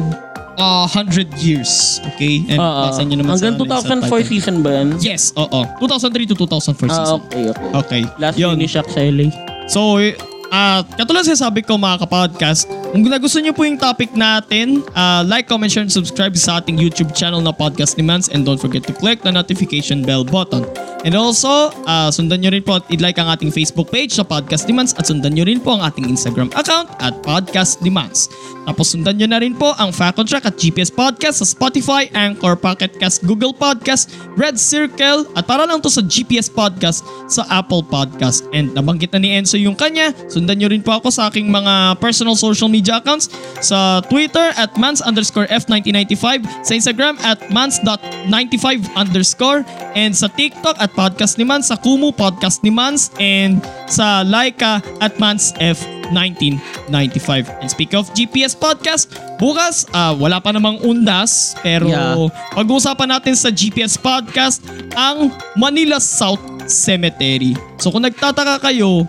ah, 100 years. Okay? And
Oo.
basahin niyo naman
Hanggang
ano, yung sa
2004
title.
season ba yan?
Yes, oo. 2003 to 2004
Ah,
season.
okay, okay.
Okay.
Last
Yun.
year ni Shaq sa LA.
So, eh, ah katulad sa sabi ko mga kapodcast, kung nagusto nyo po yung topic natin, ah, like, comment, share, and subscribe sa ating YouTube channel na Podcast ni Mans and don't forget to click the notification bell button. And also, ah, sundan nyo rin po at i-like ang ating Facebook page sa Podcast ni Mans at sundan nyo rin po ang ating Instagram account at Podcast ni Mans. Tapos sundan nyo na rin po ang Fact on Track at GPS Podcast sa Spotify, Anchor, Pocket Cast, Google Podcast, Red Circle, at para lang to sa GPS Podcast sa Apple Podcast. And nabanggit na ni Enzo yung kanya, sundan nyo rin po ako sa aking mga personal social media accounts sa Twitter at mans underscore F1995, sa Instagram at mans.95 underscore, and sa TikTok at podcast ni Mans, sa Kumu podcast ni Mans, and sa Laika at Mans F 1995. And speak of GPS podcast, bukas ah, wala pa namang undas pero
Yeah.
pag-uusapan natin sa GPS podcast ang Manila South Cemetery. So kung nagtataka kayo,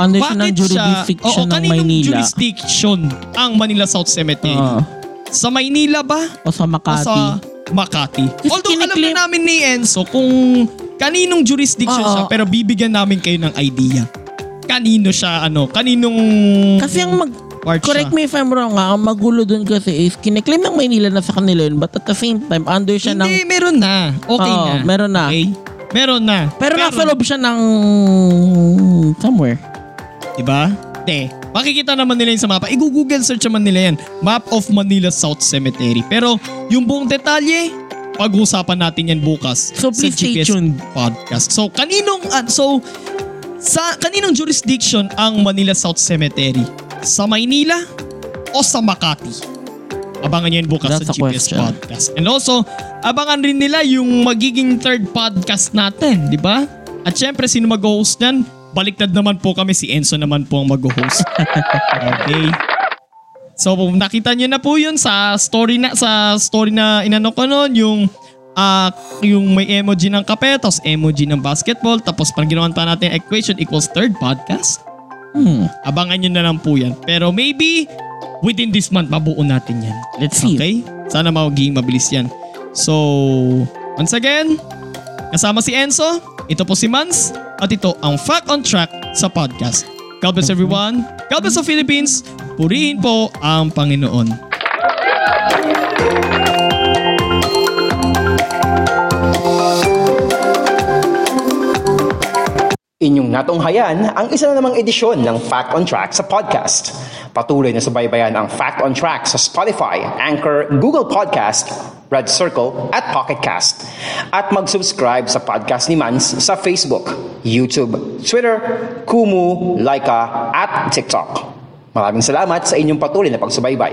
Ano siya
bakit
ng
siya,
jurisdiction
oo,
ng
kaninong
Maynila?
jurisdiction ang Manila South Cemetery?
Oo.
Sa Maynila ba?
o sa
O
Makati.
sa Makati?
Kasi
Although alam
kiniklaim-
na namin ni Enzo kung kaninong jurisdiction
Oo.
siya pero bibigyan namin kayo ng idea. Kanino siya, ano, kaninong...
Kasi ang mag...
Part
correct
siya.
me if I'm wrong ha, ang magulo dun kasi is kiniklaim ng Maynila na sa kanila yun but at the same time under siya ng...
Hindi, meron na. Okay
Oo,
na.
meron na.
Okay? Meron na.
Pero, nasa loob siya ng... Somewhere.
Diba? De. Makikita naman nila yun sa mapa. I-google search naman nila yan. Map of Manila South Cemetery. Pero yung buong detalye, pag-usapan natin yan bukas.
So, please
sa
stay
GPS
tuned.
Podcast. So kaninong, ah, so, sa kaninong jurisdiction ang Manila South Cemetery? Sa Maynila o sa Makati? Abangan nyo yun bukas
That's
sa
a
GPS
question.
Podcast. And also, abangan rin nila yung magiging third podcast natin, di ba? At syempre, sino mag-host yan? Baliktad naman po kami, si Enzo naman po ang mag-host. okay. So, nakita nyo na po yun sa story na, sa story na inano ko noon, yung ah, yung may emoji ng kape, tapos emoji ng basketball, tapos parang ginawan pa natin equation equals third podcast.
Hmm.
Abangan nyo na lang po yan. Pero maybe within this month, mabuo natin yan.
Let's see.
Okay? Sana magiging mabilis yan. So, once again, kasama si Enzo, ito po si Mans, at ito ang Fact on Track sa podcast. God bless everyone. God bless the Philippines. Purihin po ang Panginoon.
Inyong natunghayan ang isa na namang edisyon ng Fact on Track sa podcast. Patuloy na subaybayan ang Fact on Track sa Spotify, Anchor, Google Podcast, Red Circle at Pocket Cast. At mag-subscribe sa podcast ni Mans sa Facebook, YouTube, Twitter, Kumu, Laika at TikTok. Maraming salamat sa inyong patuloy na pagsubaybay.